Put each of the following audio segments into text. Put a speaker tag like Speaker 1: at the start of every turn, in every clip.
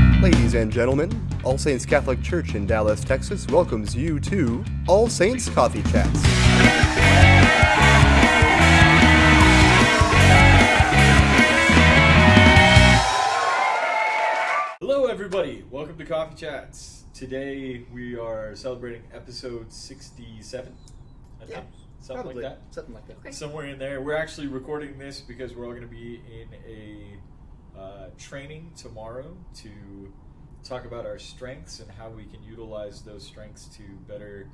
Speaker 1: and gentlemen, All Saints Catholic Church in Dallas, Texas welcomes you to All Saints Coffee Chats.
Speaker 2: Hello, everybody. Welcome to Coffee Chats. Today we are celebrating episode 67. I think. Something
Speaker 3: Probably.
Speaker 2: like
Speaker 3: Something like that.
Speaker 2: that. Somewhere in there. We're actually recording this because we're all going to be in a uh, training tomorrow to talk about our strengths and how we can utilize those strengths to better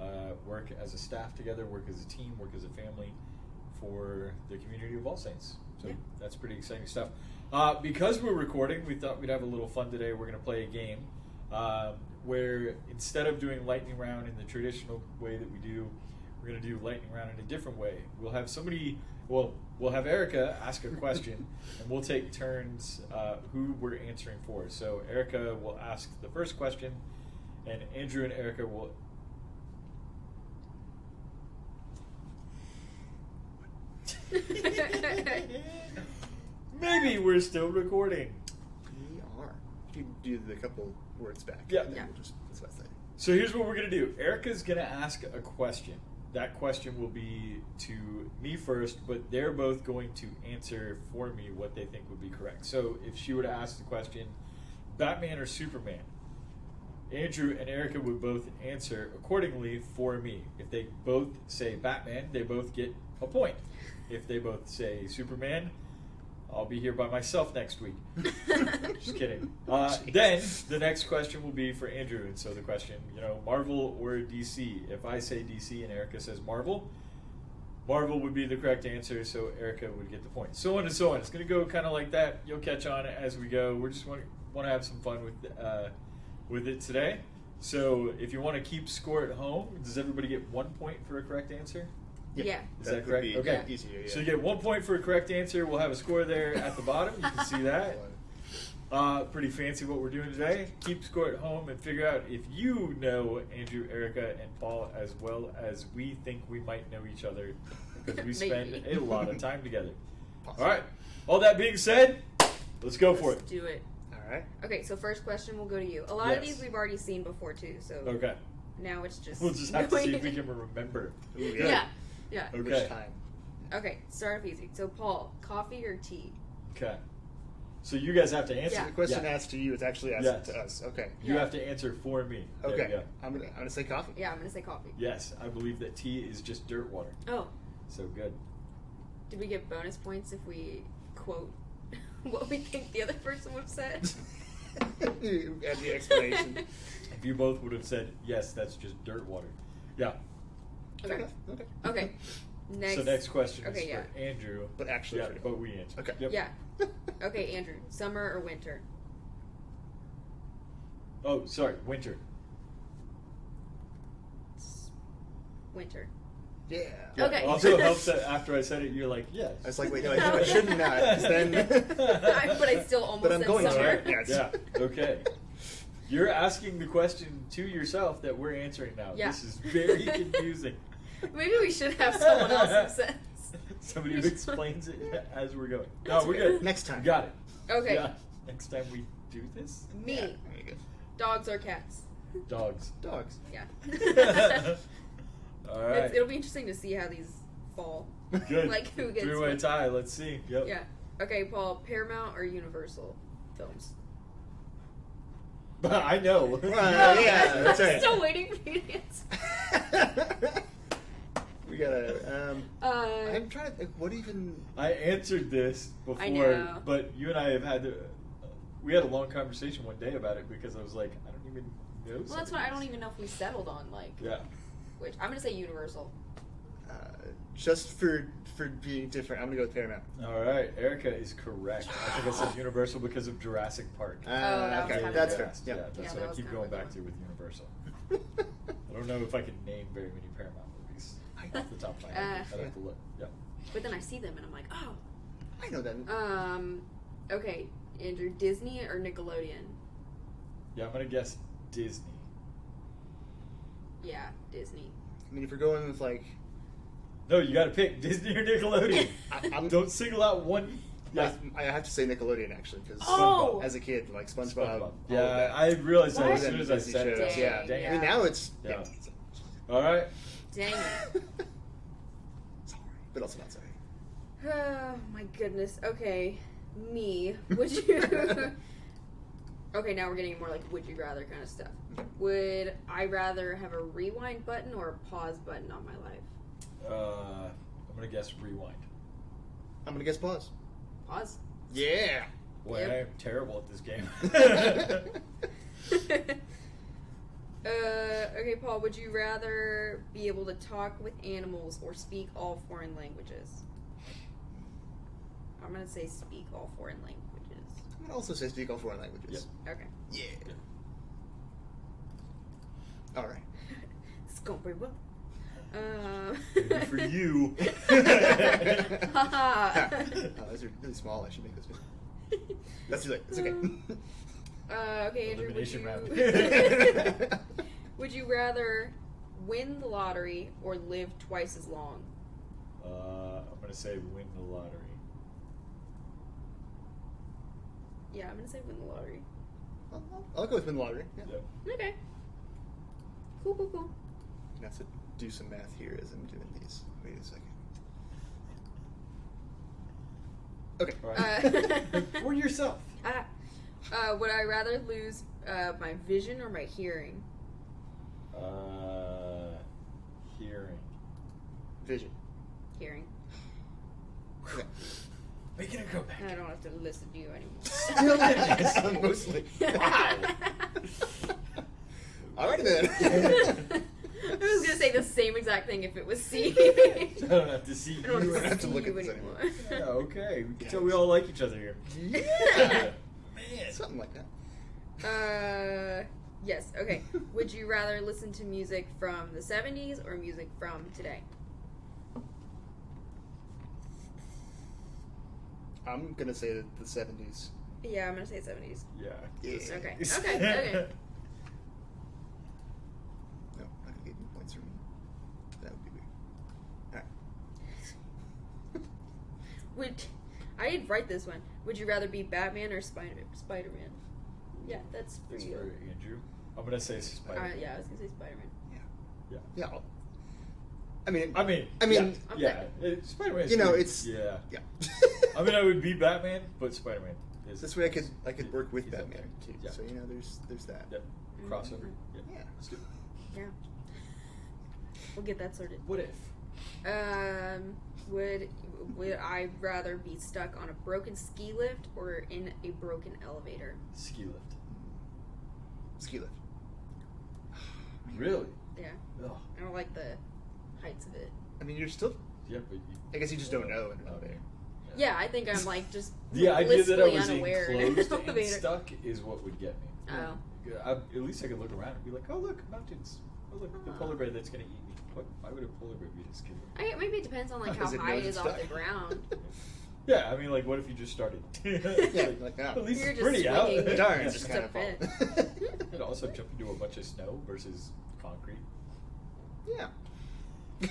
Speaker 2: uh, work as a staff together, work as a team, work as a family for the community of All Saints. So
Speaker 3: Yeah.
Speaker 2: that's pretty exciting stuff. Uh, because we're recording, we thought we'd have a little fun today. We're going to play a game um, where instead of doing lightning round in the traditional way that we do, we're going to do lightning round in a different way. We'll have somebody, well, we'll have Erica ask a question, and we'll take turns uh, who we're answering for. So Erica will ask the first question, and Andrew and Erica will. Maybe we're still recording.
Speaker 3: We are. If you do the couple words back,
Speaker 2: Yeah.
Speaker 3: then
Speaker 2: Yeah.
Speaker 3: we'll just, that's what I say.
Speaker 2: So here's what we're gonna do. Erica's gonna ask a question. That question will be to me first, but they're both going to answer for me what they think would be correct. So if she were to ask the question, Batman or Superman, Andrew and Erica would both answer accordingly for me. If they both say Batman, they both get a point. If they both say Superman, I'll be here by myself next week. Just kidding. Uh,
Speaker 3: Jeez.
Speaker 2: then the next question will be for Andrew, and so the question, you know, Marvel or DC? If I say DC and Erica says Marvel, Marvel would be the correct answer, so Erica would get the point. So on and so on. It's going to go kind of like that. You'll catch on as we go. We're just want want to have some fun with uh, with it today. So if you want to keep score at home, does everybody get one point for a correct answer? Is
Speaker 4: Yeah.
Speaker 3: That
Speaker 2: that,
Speaker 3: would
Speaker 2: correct?
Speaker 3: be
Speaker 2: okay.
Speaker 3: easier, yeah.
Speaker 2: So you get one point for a correct answer. We'll have a score there at the bottom. You can see that. Uh, pretty fancy what we're doing today. Keep score at home and figure out if you know Andrew, Erica, and Paul as well as we think we might know each other because we spend
Speaker 4: Maybe.
Speaker 2: a lot of time together.
Speaker 3: Possible.
Speaker 2: All right. All that being said, let's go for it.
Speaker 4: Let's do it.
Speaker 3: All right.
Speaker 4: Okay, so first question will go to you. A lot of
Speaker 2: Yes.
Speaker 4: these we've already seen before too, so
Speaker 2: Okay.
Speaker 4: now it's just
Speaker 2: We'll just have to see if we can remember.
Speaker 3: Ooh,
Speaker 4: Yeah. yeah.
Speaker 2: Okay.
Speaker 3: Which time?
Speaker 4: Okay, start off easy. So Paul, coffee or tea?
Speaker 2: Okay. So you guys have to answer
Speaker 4: Yeah.
Speaker 3: The question
Speaker 2: Yeah.
Speaker 3: asked to you is actually asked
Speaker 2: Yes.
Speaker 3: to us. Okay.
Speaker 2: You
Speaker 4: Yeah.
Speaker 2: have to answer for me. There
Speaker 3: Okay.
Speaker 2: you go.
Speaker 3: I'm gonna I'm gonna say coffee.
Speaker 4: Yeah, I'm gonna say coffee.
Speaker 2: Yes, I believe that tea is just dirt water.
Speaker 4: Oh,
Speaker 2: So good.
Speaker 4: did we get bonus points if we quote what we think the other person would have said?
Speaker 3: You Add the explanation.
Speaker 2: If you both would have said, yes, that's just dirt water. Yeah.
Speaker 4: okay.
Speaker 3: okay.
Speaker 4: Okay. Next.
Speaker 2: So next question is
Speaker 4: Okay, yeah.
Speaker 2: for Andrew.
Speaker 3: But actually,
Speaker 2: yeah,
Speaker 3: for you.
Speaker 2: but we answer.
Speaker 3: Okay.
Speaker 2: Yep.
Speaker 4: Yeah. Okay, Andrew. Summer or winter?
Speaker 2: Oh, sorry, winter.
Speaker 4: S- Winter.
Speaker 3: Yeah.
Speaker 2: Yeah.
Speaker 4: Okay.
Speaker 2: Also helps that after I said it, you're like, yes.
Speaker 3: I was like, wait,
Speaker 4: no, I know I shouldn't
Speaker 3: not, 'cause then-
Speaker 4: but I still almost
Speaker 3: But I'm
Speaker 4: said
Speaker 3: going
Speaker 4: summer.
Speaker 3: to.
Speaker 2: Alright,
Speaker 3: Yes.
Speaker 2: yeah, okay. You're asking the question to yourself that we're answering now.
Speaker 4: Yeah.
Speaker 2: This is very confusing.
Speaker 4: Maybe we should have someone else who says.
Speaker 2: Somebody who explains it as we're going. No, we're good.
Speaker 3: Next time.
Speaker 2: Got it.
Speaker 4: Okay.
Speaker 2: Yeah. Next time we do this,
Speaker 4: Me,
Speaker 3: Yeah. Very good.
Speaker 4: dogs or cats?
Speaker 2: dogs.
Speaker 3: Dogs.
Speaker 4: Yeah.
Speaker 2: All right.
Speaker 4: It's, it'll be interesting to see how these fall.
Speaker 2: Good.
Speaker 4: like, who gets
Speaker 2: Three way
Speaker 4: what.
Speaker 2: tie. Let's see. Yep.
Speaker 4: Yeah. Okay, Paul. Paramount or Universal films?
Speaker 2: I know.
Speaker 3: Well, Uh, yeah, that's
Speaker 4: I'm
Speaker 3: right.
Speaker 4: still waiting for you to answer.
Speaker 3: we gotta. Um,
Speaker 4: Uh,
Speaker 3: I'm trying to think. What even?
Speaker 2: I answered this before,
Speaker 4: I know.
Speaker 2: but you and I have had uh, we had a long conversation one day about it because I was like, I don't even know.
Speaker 4: well, that's
Speaker 2: what
Speaker 4: what I don't even know if we settled on like
Speaker 2: Yeah.
Speaker 4: which. I'm gonna say Universal.
Speaker 3: Uh, just for for being different, I'm gonna go with Paramount.
Speaker 2: All right, Erica is correct. I think I said Universal because of Jurassic Park.
Speaker 3: Uh,
Speaker 4: Oh, that was
Speaker 3: okay,
Speaker 4: kind of
Speaker 3: that's
Speaker 4: a-
Speaker 3: fair.
Speaker 2: Yeah,
Speaker 3: Yeah.
Speaker 2: that's
Speaker 4: Yeah,
Speaker 2: what
Speaker 4: that
Speaker 2: I
Speaker 4: was
Speaker 2: keep
Speaker 4: kind of
Speaker 2: going
Speaker 4: a
Speaker 2: back
Speaker 4: good
Speaker 2: to with Universal. I don't know if I can name very many Paramount movies off the top of my head.
Speaker 4: Uh.
Speaker 2: I'd have to look. Yeah.
Speaker 4: But then I see them and I'm like, oh.
Speaker 3: I know that.
Speaker 4: Um. Okay, Andrew. Disney or Nickelodeon?
Speaker 2: Yeah, I'm gonna guess Disney.
Speaker 4: Yeah, Disney.
Speaker 3: I mean, if we're going with like,
Speaker 2: No, you gotta pick Disney or Nickelodeon.
Speaker 3: I, I'm
Speaker 2: Don't single out one Yeah.
Speaker 3: I, I have to say Nickelodeon actually because
Speaker 4: Oh!
Speaker 3: as a kid, like SpongeBob. all of
Speaker 2: Yeah,
Speaker 3: that.
Speaker 2: I realized that
Speaker 4: What?
Speaker 2: as soon as I
Speaker 3: Disney
Speaker 2: said
Speaker 3: shows,
Speaker 2: it.
Speaker 3: yeah.
Speaker 2: Dang.
Speaker 4: Yeah.
Speaker 3: I mean, now it's
Speaker 2: Yeah.
Speaker 3: yeah.
Speaker 2: All right.
Speaker 4: Dang it.
Speaker 3: sorry, but also not sorry.
Speaker 4: Oh my goodness. Okay, me. Would you? okay, now we're getting more like would you rather kind of stuff. Would I rather have a rewind button or a pause button on my life?
Speaker 2: Uh, I'm gonna guess rewind.
Speaker 3: I'm gonna guess pause.
Speaker 4: Pause.
Speaker 3: Yeah.
Speaker 2: Boy,
Speaker 4: Yep.
Speaker 2: I am terrible at this game.
Speaker 4: uh, okay, Paul. Would you rather be able to talk with animals or speak all foreign languages? I'm gonna say speak all foreign languages.
Speaker 3: I'm gonna also say speak all foreign languages.
Speaker 4: Okay.
Speaker 3: Yeah. All right.
Speaker 4: It's going pretty well. Uh,
Speaker 2: Maybe for you.
Speaker 4: Haha.
Speaker 3: oh, those are really small. I should make those big. That's too late. It's
Speaker 4: Uh, okay, Andrew. Would
Speaker 2: Elimination
Speaker 4: you,
Speaker 3: okay.
Speaker 4: would you rather win the lottery or live twice as long?
Speaker 2: uh, I'm gonna say win the lottery.
Speaker 4: Yeah, I'm gonna say win the lottery.
Speaker 3: I'll, I'll go with win the lottery. Yeah.
Speaker 2: Yep.
Speaker 4: Okay. Cool, cool, cool.
Speaker 3: I have to do some math here as I'm doing these. Wait a second. Okay.
Speaker 2: All right.
Speaker 4: Uh,
Speaker 2: for yourself.
Speaker 4: Ah. Uh, would I rather lose uh, my vision or my hearing?
Speaker 2: Uh, hearing.
Speaker 3: Vision.
Speaker 4: Hearing.
Speaker 3: Okay.
Speaker 2: Making it go
Speaker 4: I don't have to listen to you anymore.
Speaker 3: Mostly. All right
Speaker 4: I
Speaker 3: then.
Speaker 4: was gonna say the same exact thing if it was C.
Speaker 2: I don't have to see
Speaker 4: I don't
Speaker 2: you.
Speaker 3: don't have to
Speaker 4: see
Speaker 3: look
Speaker 4: you
Speaker 3: at this
Speaker 4: anymore.
Speaker 2: Yeah, okay. We can tell we all like each other here.
Speaker 3: yeah.
Speaker 2: Man.
Speaker 3: Something like that.
Speaker 4: Uh, yes. Okay. Would you rather listen to music from the '70s or music from today?
Speaker 3: I'm gonna say that the 70s.
Speaker 4: Yeah, I'm gonna say '70s.
Speaker 2: Yeah.
Speaker 3: Yeah.
Speaker 4: Okay, okay, okay.
Speaker 3: No, I'm not gonna get any points from me. That would be weird. All right.
Speaker 4: Would I didn't write this one? Would you rather be Batman or Spider Spider Man? Yeah, that's for
Speaker 2: That's
Speaker 4: you.
Speaker 2: for Andrew. I'm gonna say
Speaker 4: All
Speaker 2: Spider.
Speaker 4: right, yeah, I was gonna say Spider Man.
Speaker 3: Yeah.
Speaker 2: Yeah.
Speaker 3: Yeah. I'll- I mean.
Speaker 2: I mean,
Speaker 3: I mean.
Speaker 4: I'm
Speaker 2: yeah, Spider Man.
Speaker 3: You know, it's-
Speaker 2: yeah.
Speaker 3: Yeah.
Speaker 2: I mean, I would be Batman, but Spider Man is
Speaker 3: This way I could I could work with
Speaker 2: He's up
Speaker 3: Batman
Speaker 2: there.
Speaker 3: too.
Speaker 2: Yeah.
Speaker 3: So you know, there's there's that.
Speaker 2: Yep. crossover. Yeah.
Speaker 3: Yeah.
Speaker 2: Let's do it.
Speaker 4: Yeah, we'll get that sorted.
Speaker 2: What if?
Speaker 4: Um, would would I rather be stuck on a broken ski lift or in a broken elevator?
Speaker 2: Ski lift.
Speaker 3: Ski lift.
Speaker 2: Really?
Speaker 4: Yeah,
Speaker 2: Ugh.
Speaker 4: I don't like the heights of it.
Speaker 3: I mean, you're still.
Speaker 2: Yeah, but you,
Speaker 3: I guess you just don't know.
Speaker 2: Oh, yeah.
Speaker 4: Yeah, I think I'm like just
Speaker 2: The idea that I
Speaker 4: blissfully
Speaker 2: was
Speaker 4: unaware in an
Speaker 2: enclosed and
Speaker 4: elevator.
Speaker 2: stuck is what would get me.
Speaker 4: Oh,
Speaker 2: Yeah, I, at least I could look around and be like, oh look, mountains. Oh look, the
Speaker 4: Ah.
Speaker 2: polar bear that's gonna eat me. What? Why would a polar bear be this kid?
Speaker 4: I guess maybe it depends on like how
Speaker 3: Because it
Speaker 4: high it
Speaker 3: knows
Speaker 4: is
Speaker 3: it's
Speaker 4: off
Speaker 3: stuck.
Speaker 4: the ground.
Speaker 2: Yeah, I mean, like, what if you just started?
Speaker 3: yeah, like ah,
Speaker 2: At least
Speaker 4: You're
Speaker 2: it's
Speaker 4: just
Speaker 2: pretty out.
Speaker 4: swinging.
Speaker 3: darn,
Speaker 2: Yeah.
Speaker 3: it's just kind of
Speaker 4: Just a
Speaker 2: And
Speaker 3: fall.
Speaker 2: also jump into a bunch of snow versus concrete.
Speaker 3: yeah.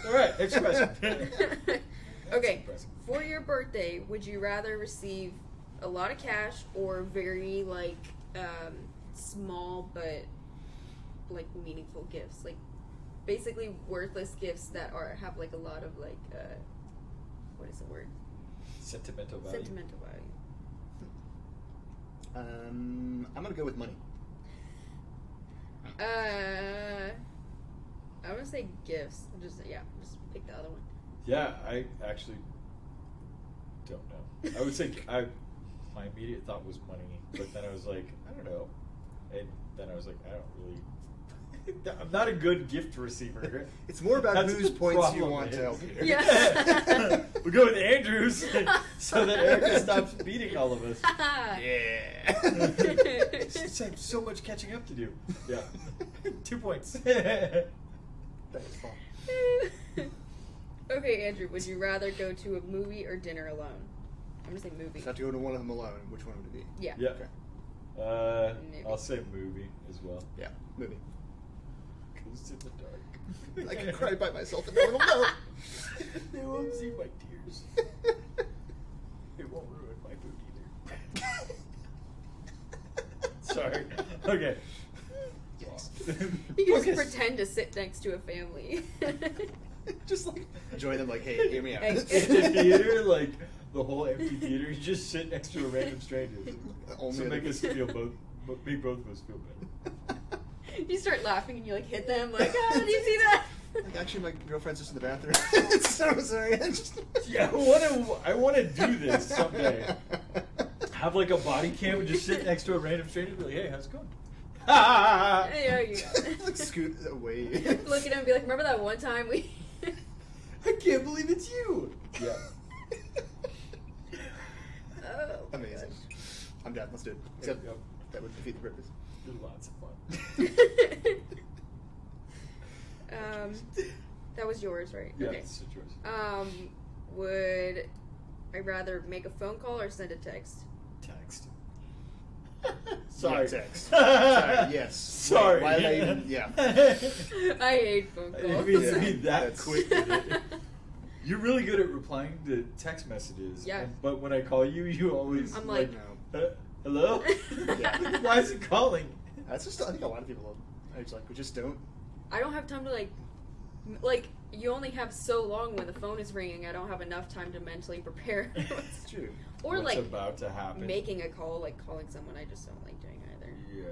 Speaker 2: All right, next question.
Speaker 4: okay,
Speaker 2: impressive.
Speaker 4: for your birthday, would you rather receive a lot of cash or very like um, small but like meaningful gifts, like basically worthless gifts that are have like a lot of like uh, what is the word?
Speaker 2: Sentimental value.
Speaker 4: Sentimental value.
Speaker 3: um, I'm gonna go with money.
Speaker 4: Uh, I want to say gifts. Just yeah, just pick the other one.
Speaker 2: Yeah, I actually don't know. I would say I. My immediate thought was money, but then I was like, I don't know, and then I was like, I don't really. I'm not a good gift receiver.
Speaker 3: It's more about
Speaker 2: That's
Speaker 3: whose
Speaker 2: the
Speaker 3: points you
Speaker 2: problem,
Speaker 3: want to
Speaker 2: man.
Speaker 3: help here.
Speaker 4: Yeah.
Speaker 2: we go with Andrews so that Erica stops beating all of us.
Speaker 3: Yeah.
Speaker 2: It's like so much catching up to do. Yeah, two points. uh,
Speaker 3: That is fun.
Speaker 4: okay, Andrew, would you rather go to a movie or dinner alone? I'm gonna say movie.
Speaker 3: If I have to go to one of them alone, which one would it be?
Speaker 4: Yeah.
Speaker 2: Yeah.
Speaker 3: Okay.
Speaker 4: Movie.
Speaker 2: I'll say movie as well.
Speaker 3: Yeah. Movie.
Speaker 2: Ghost in the dark.
Speaker 3: I can cry by myself and no one will know.
Speaker 2: They won't see my tears. It won't ruin my food either. Sorry. Okay.
Speaker 4: You can just
Speaker 2: Focus.
Speaker 4: pretend to sit next to a family.
Speaker 2: just like
Speaker 3: Join them, like, hey, hear me out.
Speaker 4: Hey.
Speaker 2: empty theater, like the whole empty theater, you just sit next to a random stranger.
Speaker 3: Only
Speaker 2: so
Speaker 3: other-
Speaker 2: make us feel both, bo- make both of us feel better.
Speaker 4: you start laughing and you like hit them like, oh, did you see that?
Speaker 3: Like, actually, my girlfriend's just in the bathroom. so sorry. I just.
Speaker 2: Yeah, I want to. I want to do this someday. Have like a body cam and just sit next to a random stranger, and be like, "Hey, how's it going?"
Speaker 4: Yeah,
Speaker 2: I
Speaker 4: you go.
Speaker 3: like scoot away.
Speaker 4: Look at him and be like, remember that one time we.
Speaker 2: can't believe it's you. Yeah.
Speaker 4: oh,
Speaker 3: Amazing. I'm down. Let's do it.
Speaker 2: There
Speaker 3: Except
Speaker 2: you go.
Speaker 3: that would defeat the purpose.
Speaker 2: There's lots of fun.
Speaker 4: gosh. um, that was yours, right?
Speaker 2: Yeah,
Speaker 4: okay.
Speaker 2: it's a choice.
Speaker 4: Um, would I rather make a phone call or send a text?
Speaker 2: Text. Sorry.
Speaker 3: text.
Speaker 2: Sorry.
Speaker 3: yes.
Speaker 2: Sorry.
Speaker 3: Why did I even- yeah.
Speaker 4: I hate phone
Speaker 2: I
Speaker 4: calls.
Speaker 2: didn't mean to be
Speaker 3: Yeah,
Speaker 2: that
Speaker 3: that's-
Speaker 2: quick. with it. You're really good at replying to text messages.
Speaker 4: Yeah.
Speaker 2: and- But when I call you, you always.
Speaker 4: I'm
Speaker 3: Like,
Speaker 4: like-
Speaker 3: no.
Speaker 2: "Uh, hello?
Speaker 4: Yeah.
Speaker 2: Why is it calling?
Speaker 3: That's just, I think a lot of people are just like, we just don't.
Speaker 4: I don't have time to like, m- like you only have so long when the phone is ringing. I don't have enough time to mentally prepare.
Speaker 3: It's true.
Speaker 4: or
Speaker 2: What's
Speaker 4: like
Speaker 2: about to happen.
Speaker 4: making a call, like calling someone. I just don't like doing either.
Speaker 2: Yeah.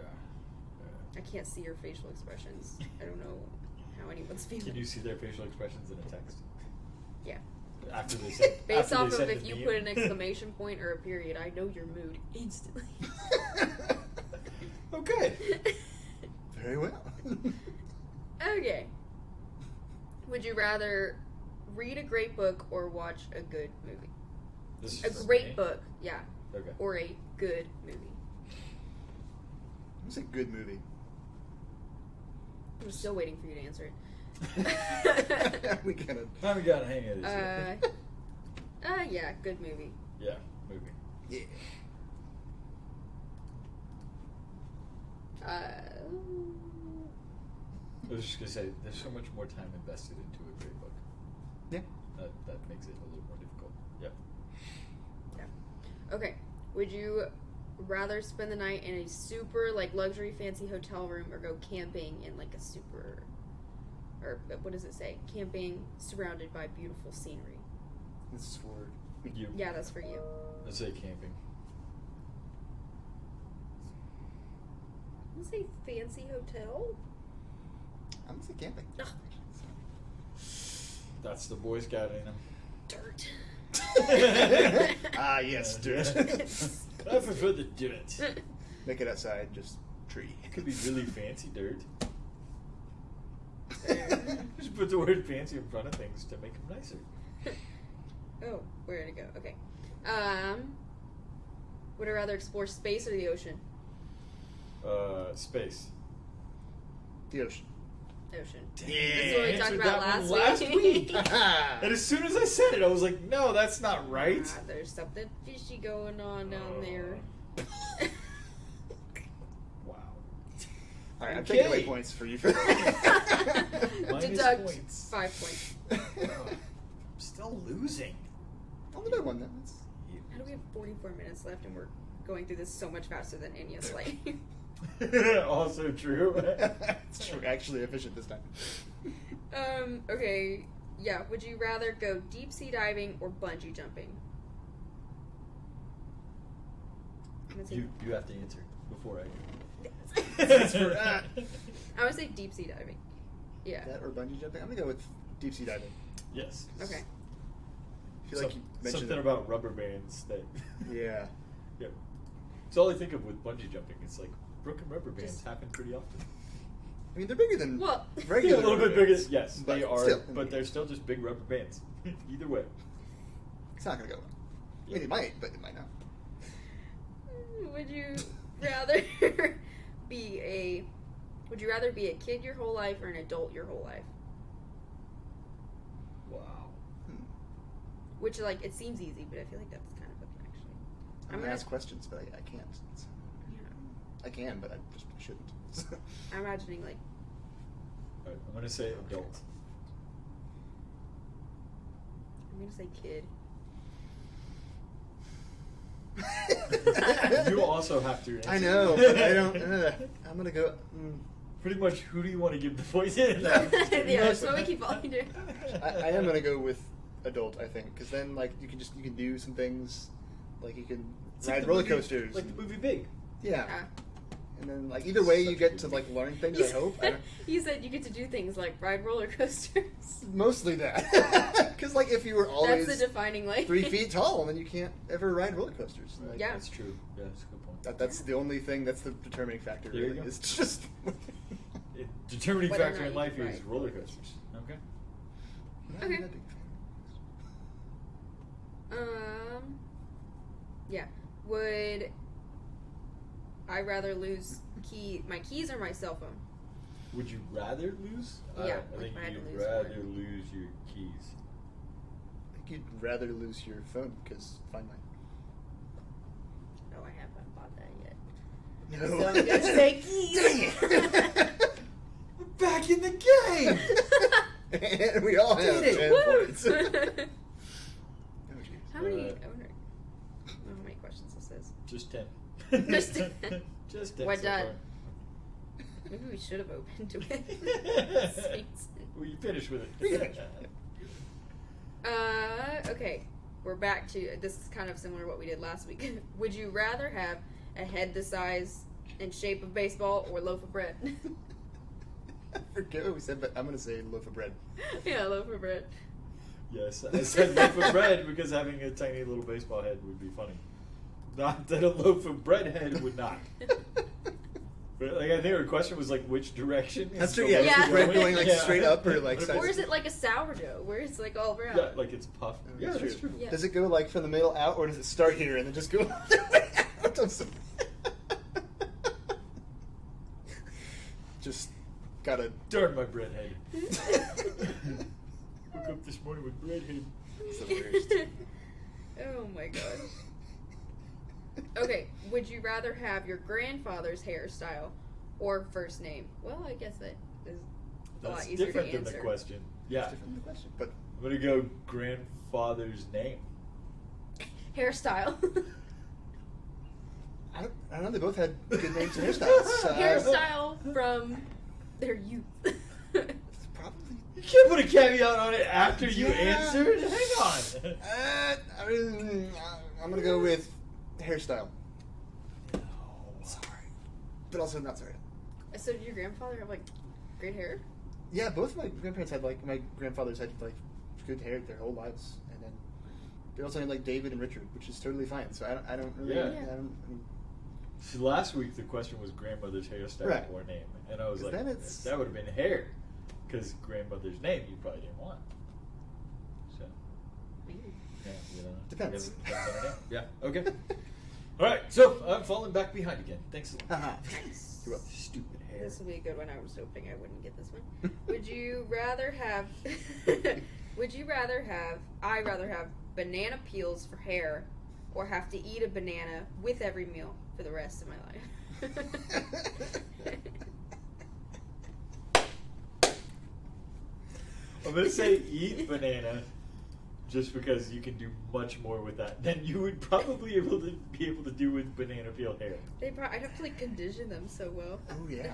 Speaker 4: I can't see your facial expressions. I don't know how anyone's
Speaker 2: Uh,
Speaker 4: feeling.
Speaker 2: Can you see their facial expressions in a text?
Speaker 4: Yeah.
Speaker 2: After they said.
Speaker 4: Based off of if you put an exclamation point or a period, I know your mood instantly.
Speaker 2: okay.
Speaker 3: Very well.
Speaker 4: okay. Would you rather read a great book or watch a good movie?
Speaker 2: This is
Speaker 4: A
Speaker 2: for
Speaker 4: great
Speaker 2: me?
Speaker 4: book, yeah,
Speaker 2: Okay.
Speaker 4: or a good movie.
Speaker 3: it's a good movie.
Speaker 4: I'm still waiting for you to answer it. uh,
Speaker 3: we kind of.
Speaker 2: Haven't got a hang of this yet.
Speaker 4: uh, yeah, good movie.
Speaker 2: Yeah, movie.
Speaker 3: Yeah.
Speaker 4: Uh,
Speaker 2: I was just gonna say, there's so much more time invested into a great book.
Speaker 3: Yeah.
Speaker 2: That, that makes it a little more difficult. Yep.
Speaker 4: yeah. Okay. Would you rather spend the night in a super like luxury fancy hotel room or go camping in like a super or uh, what does it say? Camping surrounded by beautiful scenery.
Speaker 3: This is for.
Speaker 2: You.
Speaker 4: Yeah, that's for you.
Speaker 2: Let's say camping.
Speaker 4: Let's say fancy hotel.
Speaker 3: I'm going to say camping.
Speaker 4: Ugh,
Speaker 2: That's the Boy Scout in him.
Speaker 4: dirt.
Speaker 3: ah, yes, dude.
Speaker 2: Uh, I prefer the dirt.
Speaker 3: Make it outside, just tree.
Speaker 2: It could be really fancy dirt. Just put the word fancy in front of things to make them nicer.
Speaker 4: oh, where did it go? Okay. Um, would I rather explore space or the ocean?
Speaker 2: Uh, space.
Speaker 3: the ocean.
Speaker 4: Ocean.
Speaker 2: Damn,
Speaker 4: is what we
Speaker 2: I
Speaker 4: talked
Speaker 2: answered
Speaker 4: about
Speaker 2: that one
Speaker 4: last week.
Speaker 2: and
Speaker 3: that
Speaker 2: as soon as I said it, I was like, no, that's not right. Oh.
Speaker 4: Ah, there's something fishy going on down there.
Speaker 2: Oh, Wow.
Speaker 3: All right, I'm taking away
Speaker 2: Okay.
Speaker 3: points for you for
Speaker 2: Minus
Speaker 4: Deduct
Speaker 2: points.
Speaker 4: five points.
Speaker 2: I'm still losing.
Speaker 3: Only by one. Then. That's,
Speaker 4: How do we have 44 minutes left and we're going through this so much faster than any of us like?
Speaker 2: also true.
Speaker 3: that's true. Actually efficient this time.
Speaker 4: um, okay. Yeah, would you rather go deep sea diving or bungee jumping? I'm gonna say-
Speaker 2: you you have to answer before I do.
Speaker 3: That's for that.
Speaker 4: I would say deep sea diving. Yeah.
Speaker 3: That or bungee jumping? I'm gonna go with deep sea diving.
Speaker 2: Yes.
Speaker 4: Okay.
Speaker 3: I feel like
Speaker 2: Some-
Speaker 3: you mentioned
Speaker 2: something
Speaker 3: it.
Speaker 2: about rubber bands that.
Speaker 3: Yeah.
Speaker 2: Yep. It's all I think of with bungee jumping. It's like broken rubber bands
Speaker 4: Just-
Speaker 2: happen pretty often.
Speaker 3: I mean, they're bigger than
Speaker 4: Well-
Speaker 2: They're a
Speaker 3: regular.
Speaker 2: little bit
Speaker 3: rubber
Speaker 2: bigger.
Speaker 3: bands.
Speaker 2: Yes,
Speaker 3: But
Speaker 2: they are,
Speaker 3: still.
Speaker 2: but they're still just big rubber bands. Either way.
Speaker 3: It's not gonna go. Well. I mean, it might, but it might not.
Speaker 4: Would you rather be a would you rather be a kid your whole life or an adult your whole life?
Speaker 2: Wow.
Speaker 3: Hmm.
Speaker 4: Which like it seems easy, but I feel like that's kind of a actually.
Speaker 3: I'm,
Speaker 4: I'm
Speaker 3: gonna
Speaker 4: gonna-
Speaker 3: ask questions, but I, I can't. So, I can, but I just shouldn't.
Speaker 4: I'm imagining like
Speaker 2: All right, I'm gonna say adult.
Speaker 4: I'm gonna say kid.
Speaker 2: you also have to. Answer.
Speaker 3: I know. but I don't. Uh, I'm gonna go. Mm,
Speaker 2: Pretty much, who do you want to give the voice in?
Speaker 4: yeah, that's what we keep all doing.
Speaker 3: I, I am gonna go with adult. I think because then like you can just you can do some things, like you can
Speaker 2: It's like
Speaker 3: ride
Speaker 2: the
Speaker 3: roller
Speaker 2: movie-
Speaker 3: coasters.
Speaker 2: like
Speaker 3: and-
Speaker 2: the movie Big.
Speaker 3: yeah.
Speaker 4: Yeah.
Speaker 3: And then like either way,
Speaker 2: Such
Speaker 3: you
Speaker 2: a
Speaker 3: get
Speaker 2: good
Speaker 3: to
Speaker 2: movie.
Speaker 3: like learn things.
Speaker 4: You
Speaker 3: I hope. I
Speaker 4: said-
Speaker 3: don't-
Speaker 4: you said you get to do things like ride roller coasters.
Speaker 3: Mostly that. Because like if you were always
Speaker 4: That's the defining like
Speaker 3: three feet tall, then you can't ever ride roller coasters. Like,
Speaker 4: Yeah.
Speaker 2: that's true. Yeah, that's a good point.
Speaker 3: That, that's the only thing. That's the determining factor.
Speaker 2: There you
Speaker 3: Really,
Speaker 2: go.
Speaker 3: it's just.
Speaker 2: It- determining
Speaker 4: Whether or
Speaker 2: factor
Speaker 4: not
Speaker 2: in
Speaker 4: you
Speaker 2: life
Speaker 4: can
Speaker 2: is
Speaker 4: ride.
Speaker 2: roller coasters. Okay.
Speaker 3: Not that
Speaker 4: Okay.
Speaker 3: big fan.
Speaker 4: Um. Yeah. Would I rather lose key my keys or my cell phone?
Speaker 2: Would you rather lose? Uh, I-
Speaker 4: Yeah,
Speaker 2: I,
Speaker 4: like
Speaker 2: think
Speaker 4: if I had to
Speaker 2: you'd
Speaker 4: lose
Speaker 2: rather
Speaker 4: one.
Speaker 2: lose your keys.
Speaker 3: I think you'd rather lose your phone because find mine.
Speaker 4: No, I haven't bought that yet.
Speaker 3: No.
Speaker 4: So I'm gonna say keys.
Speaker 3: Dang
Speaker 2: We're back in the game.
Speaker 3: it! and we all
Speaker 2: Did
Speaker 3: have
Speaker 2: it.
Speaker 3: Oh, ten
Speaker 4: Woo!
Speaker 3: points. oh, jeez.
Speaker 4: How many?
Speaker 2: Uh,
Speaker 4: I wonder, I don't know how many questions this is.
Speaker 2: Just ten.
Speaker 4: Just 10.
Speaker 2: Just ten.
Speaker 4: We're
Speaker 2: so
Speaker 4: done.
Speaker 3: Maybe
Speaker 4: Maybe we should have opened to
Speaker 2: far.
Speaker 4: it.
Speaker 2: well, you finished with it.
Speaker 3: We finished.
Speaker 4: uh. Okay. We're back to this is kind of similar to what we did last week. Would you rather have a head the size and shape of baseball or loaf of bread?
Speaker 3: I forget what we said, but I'm gonna say loaf of bread.
Speaker 4: yeah, loaf of bread.
Speaker 2: Yes, I said loaf of bread because having a tiny little baseball head would be funny. Not that a loaf of bread head would not. But like I think her question was like, which direction? is
Speaker 3: That's true,
Speaker 2: the
Speaker 3: yeah,
Speaker 2: loaf
Speaker 4: is
Speaker 2: of
Speaker 4: the bread
Speaker 2: going?
Speaker 4: going, like,
Speaker 3: straight up or, like,
Speaker 2: But if
Speaker 3: sideways?
Speaker 4: Or
Speaker 2: it's-
Speaker 4: is it like a sourdough where it's like all around?
Speaker 2: Yeah, like it's puffed.
Speaker 3: Oh,
Speaker 2: Yeah,
Speaker 3: that's
Speaker 2: that's
Speaker 3: true.
Speaker 2: true.
Speaker 4: Yeah.
Speaker 3: Does it go like from the middle out, or does it start here and then just go all the way out? I'm sorry. just gotta.
Speaker 2: Darn my breadhead.
Speaker 3: It's
Speaker 2: Woke up this morning with breadhead.
Speaker 3: the
Speaker 4: oh my god.
Speaker 3: worst.
Speaker 4: Okay, would you rather have your grandfather's hairstyle or first name? Well, I guess that is a lot
Speaker 2: That's
Speaker 4: easier
Speaker 2: different
Speaker 4: to
Speaker 2: than
Speaker 4: answer.
Speaker 2: the question. Yeah,
Speaker 3: It's different than the question, but
Speaker 2: I'm gonna go grandfather's name.
Speaker 4: Hairstyle.
Speaker 3: I don't, I don't know. They both had good names and hairstyles. So
Speaker 4: hairstyle from their youth.
Speaker 3: It's probably.
Speaker 2: You can't put a caveat on it after you
Speaker 3: Yeah.
Speaker 2: answered. Hang on.
Speaker 3: Uh, I'm, I'm gonna go with hairstyle, Uh,
Speaker 2: Sorry.
Speaker 3: but also not sorry.
Speaker 4: so did your grandfather have like great hair?
Speaker 3: Yeah, both my grandparents had like my grandfathers had like good hair their whole lives, and then they also had like David and Richard, which is totally fine. So I don't, I don't really,
Speaker 2: Yeah.
Speaker 3: I don't. I mean,
Speaker 2: So last week the question was grandmother's hairstyle
Speaker 3: Right.
Speaker 2: or name, and I was
Speaker 3: 'Cause
Speaker 2: like,
Speaker 3: then it's-
Speaker 2: that would have been hair, because grandmother's name you probably didn't want. So yeah, you know,
Speaker 3: Depends.
Speaker 2: whatever, depends on the name. yeah. Okay. All right. So I'm falling back behind again. Thanks a lot.
Speaker 3: Haha.
Speaker 4: Nice.
Speaker 3: You're welcome.
Speaker 2: Stupid hair.
Speaker 4: This will be a good one. I was hoping I wouldn't get this one. Would you rather have? would you rather have? I rather have banana peels for hair, or have to eat a banana with every meal for the rest of my life.
Speaker 2: I'm gonna say eat banana, just because you can do much more with that than you would probably able to be able to do with banana peel hair.
Speaker 4: they probably I'd have to like condition them so well.
Speaker 3: Oh, yeah.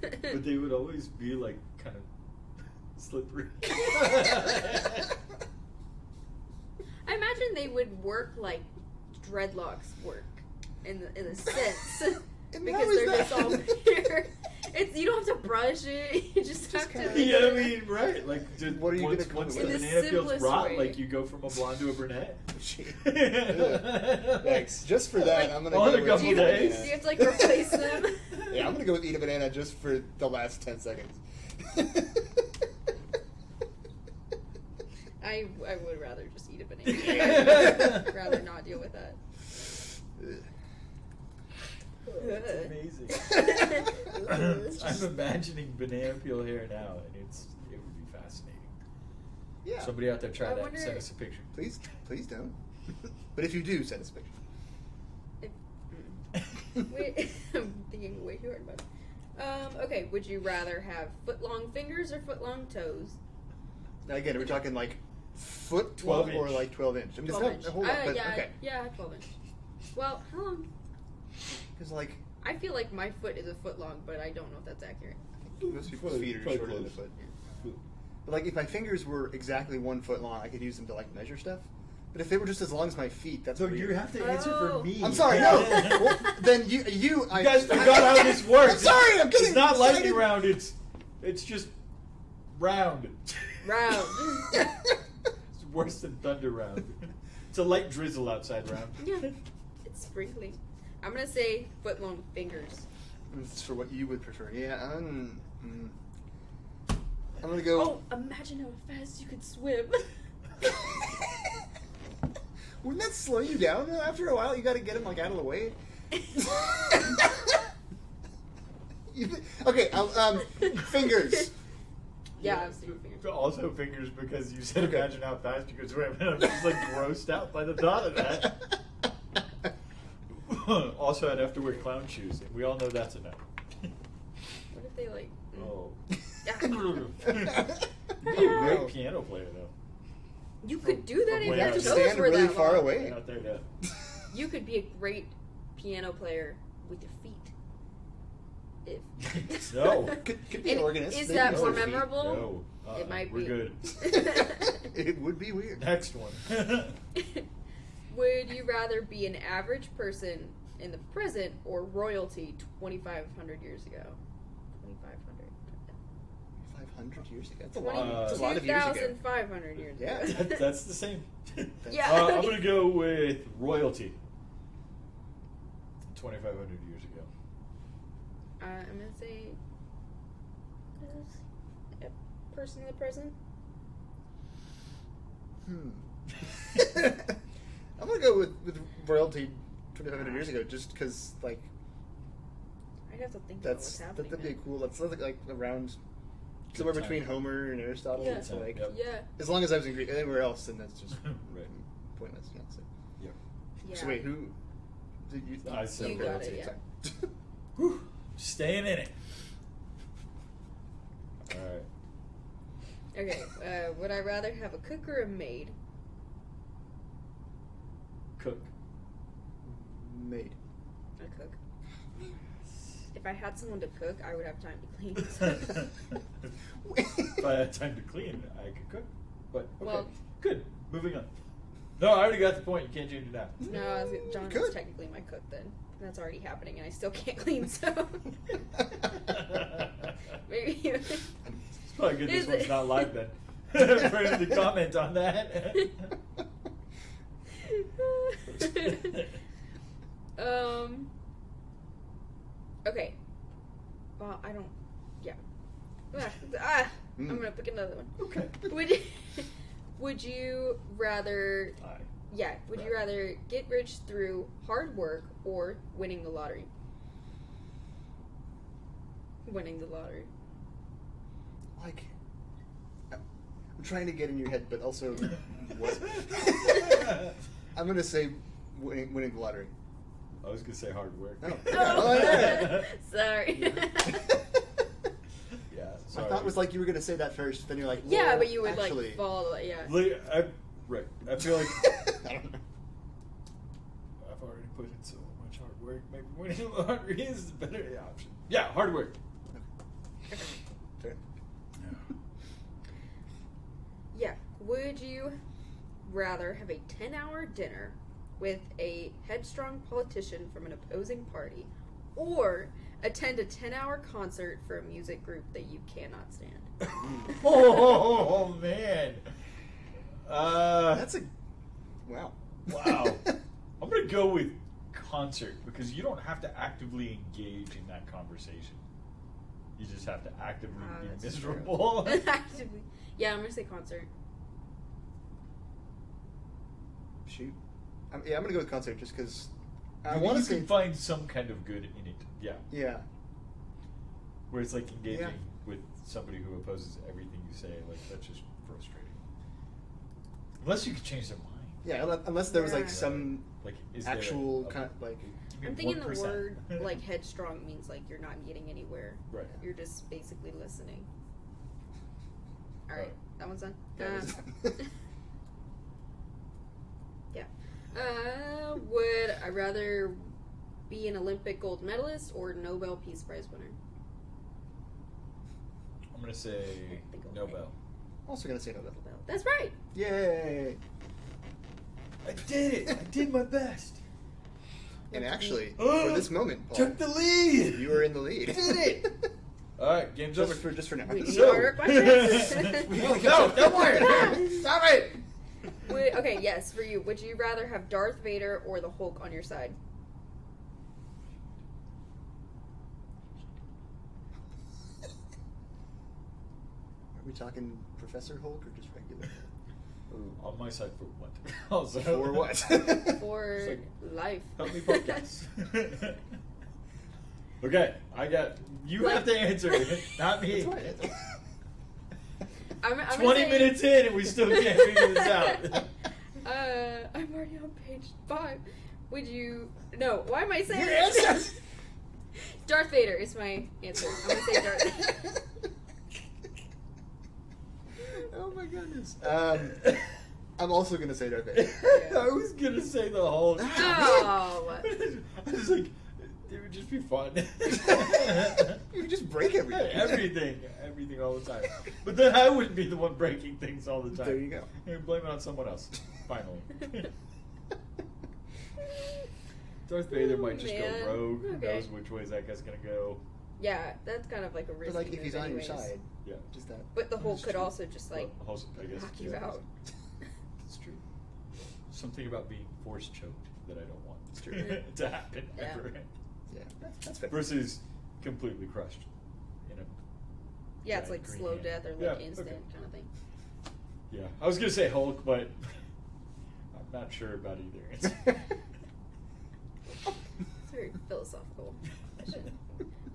Speaker 2: But they would always be like kind of slippery.
Speaker 4: I imagine they would work like dreadlocks work in the, in a sense
Speaker 3: And how
Speaker 4: because
Speaker 3: is
Speaker 4: they're just
Speaker 3: that-
Speaker 4: all hair. It's you don't have to brush it. You just,
Speaker 3: Just
Speaker 4: have to.
Speaker 3: kinda-
Speaker 2: you know what I mean, right? Like, just
Speaker 3: What are you
Speaker 2: once,
Speaker 3: gonna come
Speaker 2: once the
Speaker 3: up with?
Speaker 2: banana
Speaker 4: In the
Speaker 2: peels
Speaker 4: simplest
Speaker 2: rot,
Speaker 4: way.
Speaker 2: like you go from a blonde to a brunette.
Speaker 3: Gee. Ugh. Thanks. Just for that,
Speaker 4: Like,
Speaker 3: I'm gonna
Speaker 2: on
Speaker 3: go
Speaker 2: Oh, a
Speaker 3: with
Speaker 2: couple
Speaker 3: eat a
Speaker 2: days.
Speaker 3: banana.
Speaker 4: Do you have to, like, replace them?
Speaker 3: yeah, I'm gonna go with eat a banana just for the last ten seconds.
Speaker 4: I, I would rather just eat a banana.
Speaker 2: Yeah.
Speaker 4: rather not deal with that.
Speaker 2: That's amazing. I'm imagining banana peel hair now, and it's it would be fascinating.
Speaker 3: yeah.
Speaker 2: Somebody out there try
Speaker 4: I
Speaker 2: that. and
Speaker 4: wonder-
Speaker 2: Send us a picture.
Speaker 3: Please, please don't. But if you do, send us a picture.
Speaker 4: Wait, I'm thinking way too hard about it. Um, okay, would you rather have foot long fingers or foot long toes?
Speaker 3: Now again, are we talking like foot
Speaker 2: 12
Speaker 3: twelve or
Speaker 2: inch.
Speaker 3: like twelve inch? I mean, it's
Speaker 4: 12
Speaker 3: not
Speaker 4: inch.
Speaker 3: a whole lot,
Speaker 4: Uh,
Speaker 3: but
Speaker 4: yeah,
Speaker 3: okay.
Speaker 4: yeah, 12 inch. Well, how long?
Speaker 3: Because like
Speaker 4: I feel like my foot is a foot long, but I don't know if that's accurate.
Speaker 3: most people's
Speaker 2: Probably-
Speaker 3: feet are
Speaker 2: probably
Speaker 3: shorter than a
Speaker 2: close.
Speaker 3: foot. But like if my fingers were exactly one foot long, I could use them to like measure stuff. But if they were just as long as my feet, that's
Speaker 2: So
Speaker 3: weird.
Speaker 2: you have to answer
Speaker 4: Oh.
Speaker 2: for me.
Speaker 3: I'm sorry, no. well, then you, you, I,
Speaker 2: You guys
Speaker 3: I-
Speaker 2: forgot how this works.
Speaker 3: I'm sorry, I'm getting
Speaker 2: It's not lightning
Speaker 3: excited.
Speaker 2: round. It's it's just round.
Speaker 4: Round.
Speaker 2: It's worse than thunder round. It's a light drizzle outside round.
Speaker 4: Yeah, it's sprinkling. I'm gonna say foot long fingers.
Speaker 3: It's for what you would prefer. Yeah, I'm, mm. I'm gonna go.
Speaker 4: Oh, imagine how fast you could swim.
Speaker 3: Wouldn't that slow you down? though? After a while, you got to get him like out of the way. You- okay, I'll, um, fingers.
Speaker 4: yeah, I was thinking fingers.
Speaker 2: Also fingers because you said
Speaker 3: Okay.
Speaker 2: imagine how fast you could swim, and I'm just like grossed out by the thought of that. also, I'd have to wear clown shoes. and We all know that's a no.
Speaker 4: What if they like? mm.
Speaker 2: Oh,
Speaker 4: You'd
Speaker 2: you'd be a great
Speaker 3: No.
Speaker 2: piano player though.
Speaker 4: You could do
Speaker 2: From
Speaker 4: that if
Speaker 2: way
Speaker 4: your
Speaker 2: out.
Speaker 4: toes
Speaker 2: You have to
Speaker 3: stand
Speaker 4: were
Speaker 3: really
Speaker 4: that
Speaker 3: far
Speaker 4: long.
Speaker 3: away.
Speaker 2: Not there yet.
Speaker 4: You could be a great piano player with your feet. If
Speaker 2: No.
Speaker 3: Could- could be
Speaker 4: And
Speaker 3: an organist.
Speaker 4: Is
Speaker 3: They
Speaker 4: that
Speaker 3: use
Speaker 4: more
Speaker 3: their feet.
Speaker 4: memorable?
Speaker 2: No. Uh-uh.
Speaker 4: It might
Speaker 2: We're
Speaker 4: be.
Speaker 2: good.
Speaker 3: it would be weird.
Speaker 2: Next one.
Speaker 4: Would you rather be an average person in the present or royalty 2,500 years ago? 2,500.
Speaker 3: Five hundred years ago. That's a lot.
Speaker 2: Uh,
Speaker 3: That's a lot of years ago.
Speaker 4: 2,500 years ago.
Speaker 3: Yeah,
Speaker 2: That- that's the same.
Speaker 4: Yeah.
Speaker 2: Uh, I'm gonna go with royalty. 2,500 years ago.
Speaker 4: Uh, I'm going to say uh, a person in the present.
Speaker 3: Hmm. I'm gonna go with with royalty 2,500 years ago, just because like
Speaker 4: I'd have to think about what's
Speaker 3: that's that,
Speaker 4: happening.
Speaker 3: that'd be a
Speaker 4: now.
Speaker 3: cool. That's like, like around somewhere
Speaker 2: Good
Speaker 3: between
Speaker 2: time.
Speaker 3: Homer and Aristotle.
Speaker 4: Yeah.
Speaker 3: So, like
Speaker 2: Yep.
Speaker 4: Yeah.
Speaker 3: as long as I was in Greek, anywhere else, then that's just
Speaker 2: Right.
Speaker 3: pointless. You know, so.
Speaker 2: Yep.
Speaker 4: yeah.
Speaker 3: so wait, who? Did you,
Speaker 2: I said
Speaker 4: You got royalty. it,
Speaker 3: Sorry.
Speaker 2: Whew. Staying in it. All right.
Speaker 4: Okay, uh, would I rather have a cook or a maid?
Speaker 2: Cook.
Speaker 3: Maid.
Speaker 4: A cook. If I had someone to cook, I would have time to clean.
Speaker 2: if I had time to clean, I could cook. But okay.
Speaker 4: Well-
Speaker 2: Good. Moving on. No, I already got the point. You can't change it now.
Speaker 4: no, I was, John
Speaker 3: Good.
Speaker 4: is technically my cook then. That's already happening, and I still can't clean. So maybe.
Speaker 2: It's probably good this
Speaker 4: Is
Speaker 2: one's
Speaker 4: it-
Speaker 2: not live then. For him to comment on that.
Speaker 4: um. Okay. Well, I don't. Yeah. Ah, ah, I'm
Speaker 3: Mm.
Speaker 4: gonna pick another one.
Speaker 2: okay.
Speaker 4: Would you, would you rather
Speaker 2: All right.
Speaker 4: yeah, would you
Speaker 2: Right.
Speaker 4: rather get rich through hard work or winning the lottery? Winning the lottery.
Speaker 3: like I'm I'm trying to get in your head, but also what? I'm gonna say winning, winning the lottery.
Speaker 2: I was gonna say hard work.
Speaker 3: No.
Speaker 4: Oh,
Speaker 3: Oh, yeah.
Speaker 4: Sorry.
Speaker 2: yeah.
Speaker 3: My
Speaker 2: Sorry.
Speaker 3: thought was like you were gonna say that first, then you're like,
Speaker 4: yeah,
Speaker 3: well,
Speaker 4: but you would
Speaker 3: actually,
Speaker 4: like fall. Yeah.
Speaker 2: Like, I, right. I feel like
Speaker 3: I don't know.
Speaker 2: I've already put in so much hard work. Maybe winning the lottery is the better option. Yeah, hard work.
Speaker 3: Fair.
Speaker 4: Yeah. Would you rather have a 10 hour dinner with a headstrong politician from an opposing party or attend a 10 hour concert for a music group that you cannot stand?
Speaker 2: oh, oh, oh, man. Uh,
Speaker 3: That's a wow.
Speaker 2: Wow. I'm gonna go with concert because you don't have to actively engage in that conversation. You just have to actively
Speaker 4: Ah, that's
Speaker 2: be
Speaker 4: true.
Speaker 2: miserable.
Speaker 4: Actively. yeah, I'm gonna say concert.
Speaker 3: Shoot. I'm, yeah, I'm gonna go with concert just because I
Speaker 2: Maybe
Speaker 3: want to
Speaker 2: you
Speaker 3: say
Speaker 2: can find some kind of good in it. Yeah,
Speaker 3: yeah.
Speaker 2: where it's like engaging
Speaker 3: Yeah.
Speaker 2: with somebody who opposes everything you say. Like that's just frustrating. Unless you could change their mind.
Speaker 3: Yeah, unle- unless there was like
Speaker 4: Yeah.
Speaker 3: some
Speaker 2: Like is there
Speaker 3: actual
Speaker 2: a-
Speaker 3: kind like
Speaker 2: give me
Speaker 4: I'm thinking the
Speaker 2: 1%.
Speaker 4: word like headstrong means like you're not getting anywhere.
Speaker 2: Right.
Speaker 4: You're just basically listening. All
Speaker 2: Right.
Speaker 4: right, that one's done.
Speaker 3: That
Speaker 4: Uh,
Speaker 3: was-
Speaker 4: yeah. Uh, Would I rather be an Olympic gold medalist or Nobel Peace Prize winner?
Speaker 2: I'm gonna say
Speaker 4: Think of
Speaker 2: Nobel.
Speaker 3: also gonna say no though.
Speaker 4: Nobel. That's right.
Speaker 3: Yay!
Speaker 2: I did it. I did my best.
Speaker 3: And actually, for this moment, Paul,
Speaker 2: Oh, Took the lead.
Speaker 3: you are in the lead.
Speaker 2: Did it. All right, game's
Speaker 3: just
Speaker 2: over.
Speaker 3: for just for now.
Speaker 4: Wait,
Speaker 2: So-
Speaker 4: are questions?
Speaker 3: We
Speaker 2: No,
Speaker 3: only got-
Speaker 2: don't worry.
Speaker 3: Stop it!
Speaker 4: Would, okay, yes, for you. Would you rather have Darth Vader or the Hulk on your side?
Speaker 3: Are we talking Professor Hulk or just regular?
Speaker 2: On my side for what? Also.
Speaker 3: For what?
Speaker 4: Or
Speaker 2: It's like,
Speaker 4: life?
Speaker 2: Help me focus. okay, I got. You have to answer, not me.
Speaker 3: That's right, that's right.
Speaker 4: I'm, I'm gonna
Speaker 2: 20
Speaker 4: say-
Speaker 2: minutes in and we still can't figure this out.
Speaker 4: Uh, I'm already on page five. Would you? No. Why am I saying?
Speaker 3: Your
Speaker 4: this?
Speaker 3: answers.
Speaker 4: Darth Vader is my answer. I'm gonna say Darth.
Speaker 3: oh my goodness. Um, I'm also gonna say Darth Vader.
Speaker 2: I was gonna say the whole.
Speaker 4: Oh.
Speaker 2: I was like, it would just be fun.
Speaker 3: you just break everything.
Speaker 2: everything, everything all the time. But then I wouldn't be the one breaking things all the time.
Speaker 3: There you go.
Speaker 2: You blame it on someone else. Finally, Darth Vader might just
Speaker 4: Man.
Speaker 2: go rogue. Who
Speaker 4: Okay.
Speaker 2: knows which way that guy's gonna go?
Speaker 4: yeah, that's kind of like a
Speaker 3: but
Speaker 4: risky
Speaker 3: like, if he's
Speaker 4: move
Speaker 3: on your
Speaker 4: anyways.
Speaker 3: side,
Speaker 2: Yeah.
Speaker 3: just that.
Speaker 4: But the Hulk could
Speaker 2: true.
Speaker 4: also just like
Speaker 2: Well, also, I guess
Speaker 4: knock you
Speaker 2: yeah,
Speaker 4: out.
Speaker 2: It's true. Something about being force choked that I don't want
Speaker 3: It's true.
Speaker 2: to happen
Speaker 4: Yeah.
Speaker 2: ever.
Speaker 3: Yeah, that's fair.
Speaker 2: Versus completely crushed. In a,
Speaker 4: Yeah, it's
Speaker 2: Giant
Speaker 4: like
Speaker 2: green
Speaker 4: slow
Speaker 2: hand.
Speaker 4: death or like
Speaker 2: Yeah,
Speaker 4: instant
Speaker 2: okay.
Speaker 4: kind of thing.
Speaker 2: yeah, I was gonna say Hulk, but I'm not sure about either. answer.
Speaker 4: It's very philosophical. question.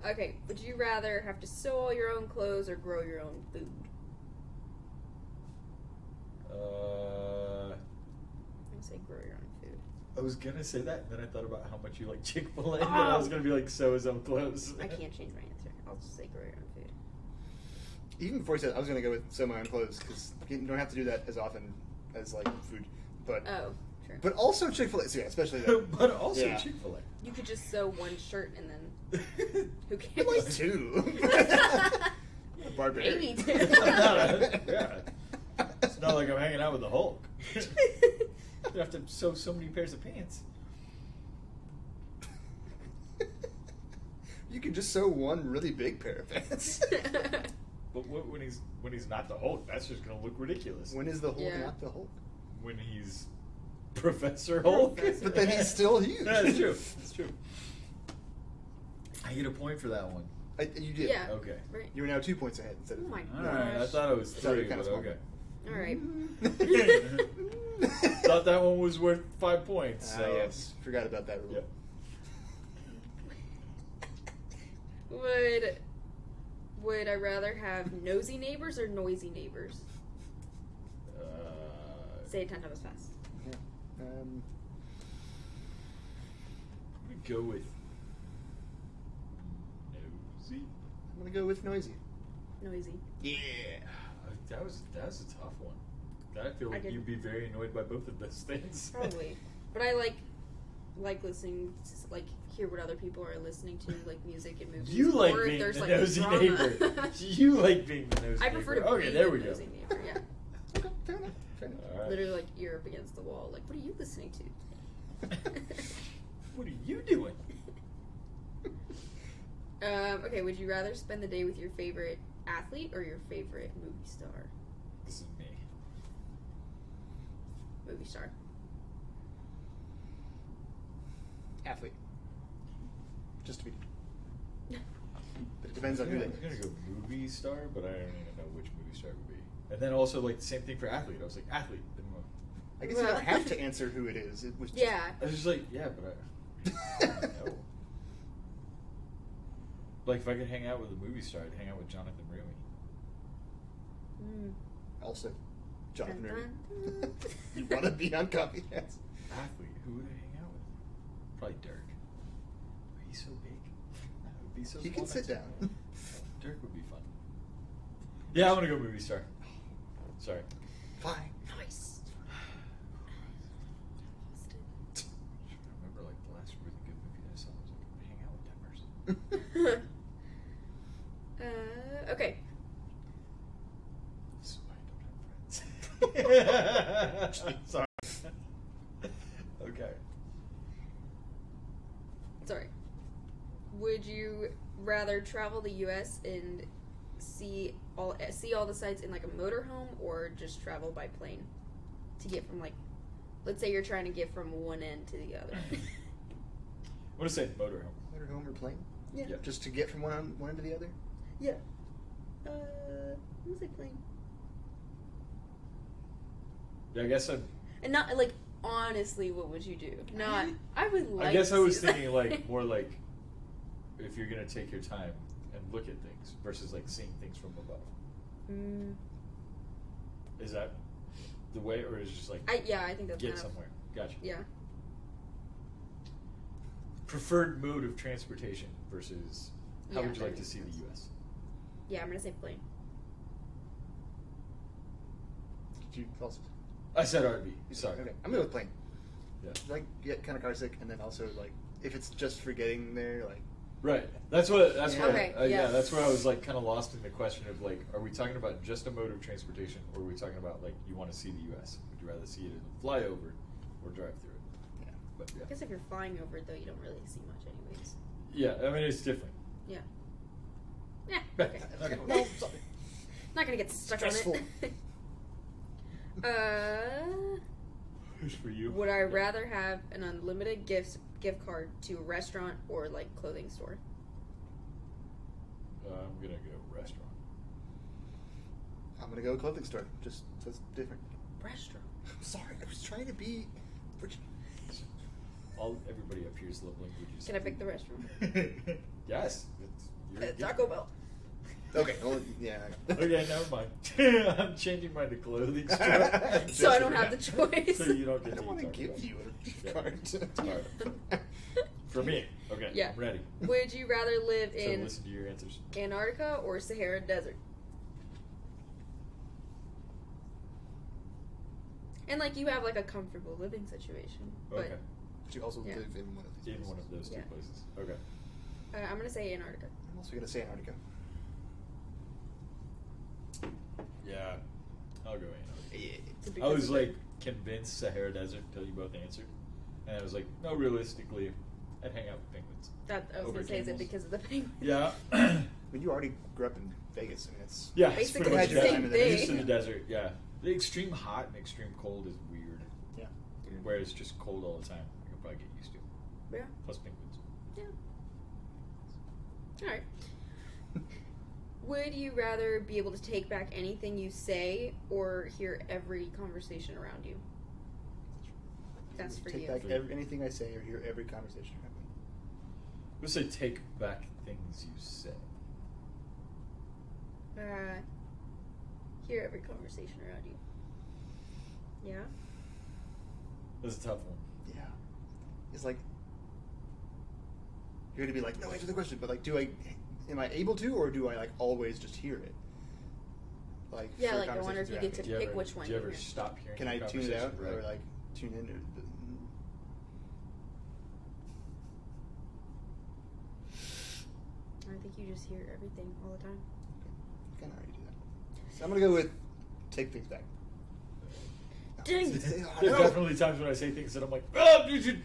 Speaker 4: Okay, would you rather have to sew all your own clothes or grow your own food?
Speaker 2: uh,
Speaker 4: I'm gonna say grow your own food.
Speaker 2: I was gonna say that, and then I thought about how much you like Chick Fil A, and I
Speaker 4: Oh.
Speaker 2: was gonna be like, so is up close.
Speaker 4: I can't change my answer. I'll just say grow your own food.
Speaker 3: Even before he said, I was gonna go with sew my own clothes because you don't have to do that as often as like food, but
Speaker 4: Oh, true.
Speaker 3: but also Chick Fil A. So yeah, especially that.
Speaker 2: but also
Speaker 3: Yeah.
Speaker 2: Chick Fil
Speaker 4: you could just sew one shirt and then
Speaker 2: A.
Speaker 3: I'd
Speaker 4: who
Speaker 3: like
Speaker 4: cares?
Speaker 3: two. Barbarian.
Speaker 4: Maybe two.
Speaker 2: Yeah. It's not like I'm hanging out with the Hulk. you have to sew so many pairs of pants.
Speaker 3: You can just sew one really big pair of pants.
Speaker 2: But what, when he's when he's not the Hulk, that's just gonna look ridiculous. When,
Speaker 3: when is the Hulk
Speaker 4: Yeah.
Speaker 3: not the Hulk?
Speaker 2: he's Professor Hulk,
Speaker 4: Professor.
Speaker 3: But then he's still huge.
Speaker 2: Yeah, that's true. That's true. I get a point for that one.
Speaker 3: I, you did.
Speaker 4: Yeah.
Speaker 2: Okay.
Speaker 4: right.
Speaker 3: You are now two points ahead instead
Speaker 4: Oh
Speaker 3: of.
Speaker 4: my
Speaker 2: All
Speaker 4: gosh.
Speaker 2: right. I thought it was
Speaker 3: Sorry,
Speaker 2: three,
Speaker 3: kinda
Speaker 2: but
Speaker 3: small.
Speaker 2: okay.
Speaker 4: All right.
Speaker 2: Thought that one was worth five points.
Speaker 3: Ah,
Speaker 2: So.
Speaker 3: yes. Forgot about that rule.
Speaker 2: Yep.
Speaker 4: Would would I rather have nosy neighbors or noisy neighbors?
Speaker 2: Uh,
Speaker 4: Say it ten times fast.
Speaker 3: Yeah. Um,
Speaker 2: I'm gonna go with nosy.
Speaker 3: I'm gonna go with noisy.
Speaker 4: Noisy.
Speaker 2: Yeah, Uh, that was that was a tough one. I feel
Speaker 4: I
Speaker 2: like
Speaker 4: did-
Speaker 2: you'd be very annoyed by both of those things.
Speaker 4: Probably. but I like like listening to like hear what other people are listening to, like music and movies.
Speaker 2: you like
Speaker 4: or if
Speaker 2: being
Speaker 4: there's
Speaker 2: the
Speaker 4: like
Speaker 2: nosy
Speaker 4: drama.
Speaker 2: neighbor. you like being the nosy
Speaker 4: I
Speaker 2: neighbor.
Speaker 4: prefer to
Speaker 2: okay,
Speaker 4: be
Speaker 2: there
Speaker 4: the
Speaker 2: we
Speaker 4: nosy
Speaker 2: go.
Speaker 4: neighbor, yeah.
Speaker 3: Okay, fair enough. Fair enough.
Speaker 2: All right.
Speaker 4: Literally like ear up against the wall. Like, what are you listening to?
Speaker 2: What are you doing?
Speaker 4: um, okay, would you rather spend the day with your favorite athlete or your favorite movie star?
Speaker 2: This is me.
Speaker 4: Movie star.
Speaker 3: Athlete. Just to be. But it depends on who
Speaker 2: I'm
Speaker 3: that
Speaker 2: gonna
Speaker 3: is.
Speaker 2: go movie star, but I don't even know which movie star it would be. And then also like the same thing for athlete. I was like athlete. Then I'm like-
Speaker 3: I guess you don't have to answer who it is. It was just.
Speaker 4: Yeah.
Speaker 2: I was just like yeah, but I no. Like if I could hang out with a movie star, I'd hang out with Jonathan Rumi.
Speaker 4: Mm.
Speaker 3: also, Jonathan
Speaker 4: Dun,
Speaker 3: Irving.
Speaker 4: dun, dun.
Speaker 3: you want to be on copy? Yes.
Speaker 2: athlete, who would I hang out with? Probably Dirk. But He's so big. I would be so
Speaker 3: He
Speaker 2: small
Speaker 3: can
Speaker 2: next
Speaker 3: sit
Speaker 2: to
Speaker 3: down.
Speaker 2: him. Dirk would be fun. Yeah, I'm gonna go movie star. Sorry.
Speaker 3: Fine.
Speaker 4: Nice. Lost it. uh, okay.
Speaker 2: This is why I don't have friends. Sorry. Okay.
Speaker 4: Sorry. Would you rather travel the U.S. and see all see all the sites in like a motorhome, or just travel by plane to get from like, let's say you're trying to get from one end to the other?
Speaker 2: I'm gonna say motorhome.
Speaker 3: Motorhome or plane?
Speaker 4: yeah.
Speaker 2: Yeah.
Speaker 3: Just to get from one on- one end to the other?
Speaker 4: Yeah. Uh, I'm gonna say plane,
Speaker 2: Yeah, I guess I'm.
Speaker 4: and not like honestly, what would you do? Not. I would like.
Speaker 2: I guess
Speaker 4: to
Speaker 2: I was
Speaker 4: see that.
Speaker 2: thinking like more like if you're gonna take your time and look at things versus like seeing things from above.
Speaker 4: Mm,
Speaker 2: Is that the way, or is it just like
Speaker 4: I yeah, I think that's
Speaker 2: get
Speaker 4: kind of-
Speaker 2: somewhere? Gotcha.
Speaker 4: yeah.
Speaker 2: Preferred mode of transportation versus how
Speaker 4: Yeah,
Speaker 2: would you
Speaker 4: that
Speaker 2: like to
Speaker 4: makes
Speaker 2: see
Speaker 4: sense.
Speaker 2: the U.S.
Speaker 4: Yeah, I'm gonna say plane.
Speaker 3: Did you also?
Speaker 2: I said RV. Sorry.
Speaker 3: Okay, I'm going with plane.
Speaker 2: Yeah.
Speaker 3: Like get kind of car sick, and then also like if it's just for getting there, like
Speaker 2: Right. That's what. That's
Speaker 3: Yeah.
Speaker 2: what.
Speaker 4: Okay,
Speaker 2: uh, yeah.
Speaker 4: yeah.
Speaker 2: That's where I was like kind of lost in the question of like, are we talking about just a mode of transportation, or are we talking about like you want to see the U.S. Would you rather see it in a flyover or drive through it?
Speaker 3: yeah.
Speaker 2: But
Speaker 4: I
Speaker 2: yeah.
Speaker 4: guess if you're flying over it though, you don't really see much, anyways.
Speaker 2: Yeah. I mean, it's different.
Speaker 4: Yeah. Yeah. Okay.
Speaker 2: Okay.
Speaker 3: No, sorry.
Speaker 4: Not gonna get stuck on it. uh,
Speaker 2: Who's for you?
Speaker 4: would I
Speaker 2: Yeah.
Speaker 4: rather have an unlimited gifts gift card to a restaurant or like clothing store?
Speaker 2: Uh, I'm gonna go restaurant.
Speaker 3: I'm gonna go clothing store. Just so it's different.
Speaker 4: Restaurant.
Speaker 3: I'm sorry, I was trying to be. Rich.
Speaker 2: All everybody up here is love languages.
Speaker 4: Can I pick the restaurant?
Speaker 2: Yes. It's, you're-
Speaker 4: Uh,
Speaker 2: yeah.
Speaker 4: Taco Bell.
Speaker 3: Okay, well, yeah.
Speaker 2: Okay, never mind. I'm changing mine to clothing store.
Speaker 3: So I don't
Speaker 4: have the choice.
Speaker 2: So you don't
Speaker 3: I
Speaker 2: get to
Speaker 3: don't want to
Speaker 2: Taco
Speaker 3: give
Speaker 2: Bell.
Speaker 3: you a gift
Speaker 2: Yeah.
Speaker 3: card.
Speaker 2: Sorry. For me. Okay.
Speaker 4: Yeah.
Speaker 2: I'm ready.
Speaker 4: Would you rather live
Speaker 2: So
Speaker 4: in
Speaker 2: listen to your answers.
Speaker 4: Antarctica or Sahara Desert? And like you have like a comfortable living situation, but
Speaker 2: Okay.
Speaker 3: But you also
Speaker 4: Yeah.
Speaker 3: live in one of these.
Speaker 2: In one of those two
Speaker 4: Yeah.
Speaker 2: places. Okay.
Speaker 4: uh, I'm gonna say Antarctica.
Speaker 3: I'm also gonna say Antarctica.
Speaker 2: Yeah. I'll go Antarctica.
Speaker 4: It's a big
Speaker 2: I was
Speaker 4: desert.
Speaker 2: like convinced Sahara Desert until you both answered. And I was like, no, realistically, I'd hang out with penguins.
Speaker 4: That I was
Speaker 2: over
Speaker 4: gonna say, is it
Speaker 2: camels.
Speaker 4: because of the penguins?
Speaker 2: Yeah.
Speaker 3: I mean, you already grew up in Vegas. I mean, it's
Speaker 2: yeah. it's pretty
Speaker 4: Basically
Speaker 2: much
Speaker 3: the
Speaker 2: that.
Speaker 3: same
Speaker 2: I'm Used to
Speaker 3: thing.
Speaker 2: the desert. Yeah. The extreme hot and extreme cold is weird.
Speaker 3: yeah.
Speaker 2: Where it's just cold all the time. I could probably get used to. it.
Speaker 4: Yeah.
Speaker 2: Plus penguins.
Speaker 4: Yeah. All right. Would you rather be able to take back anything you say or hear every conversation around you? That's for
Speaker 3: Take
Speaker 4: you.
Speaker 3: back every, anything I say or hear every conversation happening.
Speaker 2: Let's say take back things you say.
Speaker 4: Uh, hear every conversation around you. Yeah.
Speaker 2: That's a tough one.
Speaker 3: Yeah. It's like you're gonna be like, no, answer the question, but like, do I, am I able to, or do I like always just hear it? Like,
Speaker 4: Yeah,
Speaker 3: for
Speaker 4: like, I wonder
Speaker 3: conversations
Speaker 4: if you get to
Speaker 3: around
Speaker 2: Do you
Speaker 4: pick
Speaker 2: ever,
Speaker 4: which one
Speaker 2: Do you
Speaker 4: you
Speaker 2: ever
Speaker 4: hear.
Speaker 2: stop
Speaker 3: it.
Speaker 2: hearing?
Speaker 3: Can
Speaker 2: the
Speaker 3: I tune it out
Speaker 2: conversation? Right.
Speaker 3: or like tune in? Or, mm,
Speaker 4: I think you just hear everything all the time.
Speaker 3: kind of already do that. So I'm gonna go with take things back.
Speaker 4: Dang.
Speaker 3: I
Speaker 2: There's
Speaker 3: know.
Speaker 2: definitely times when I say things that I'm like, oh, you should.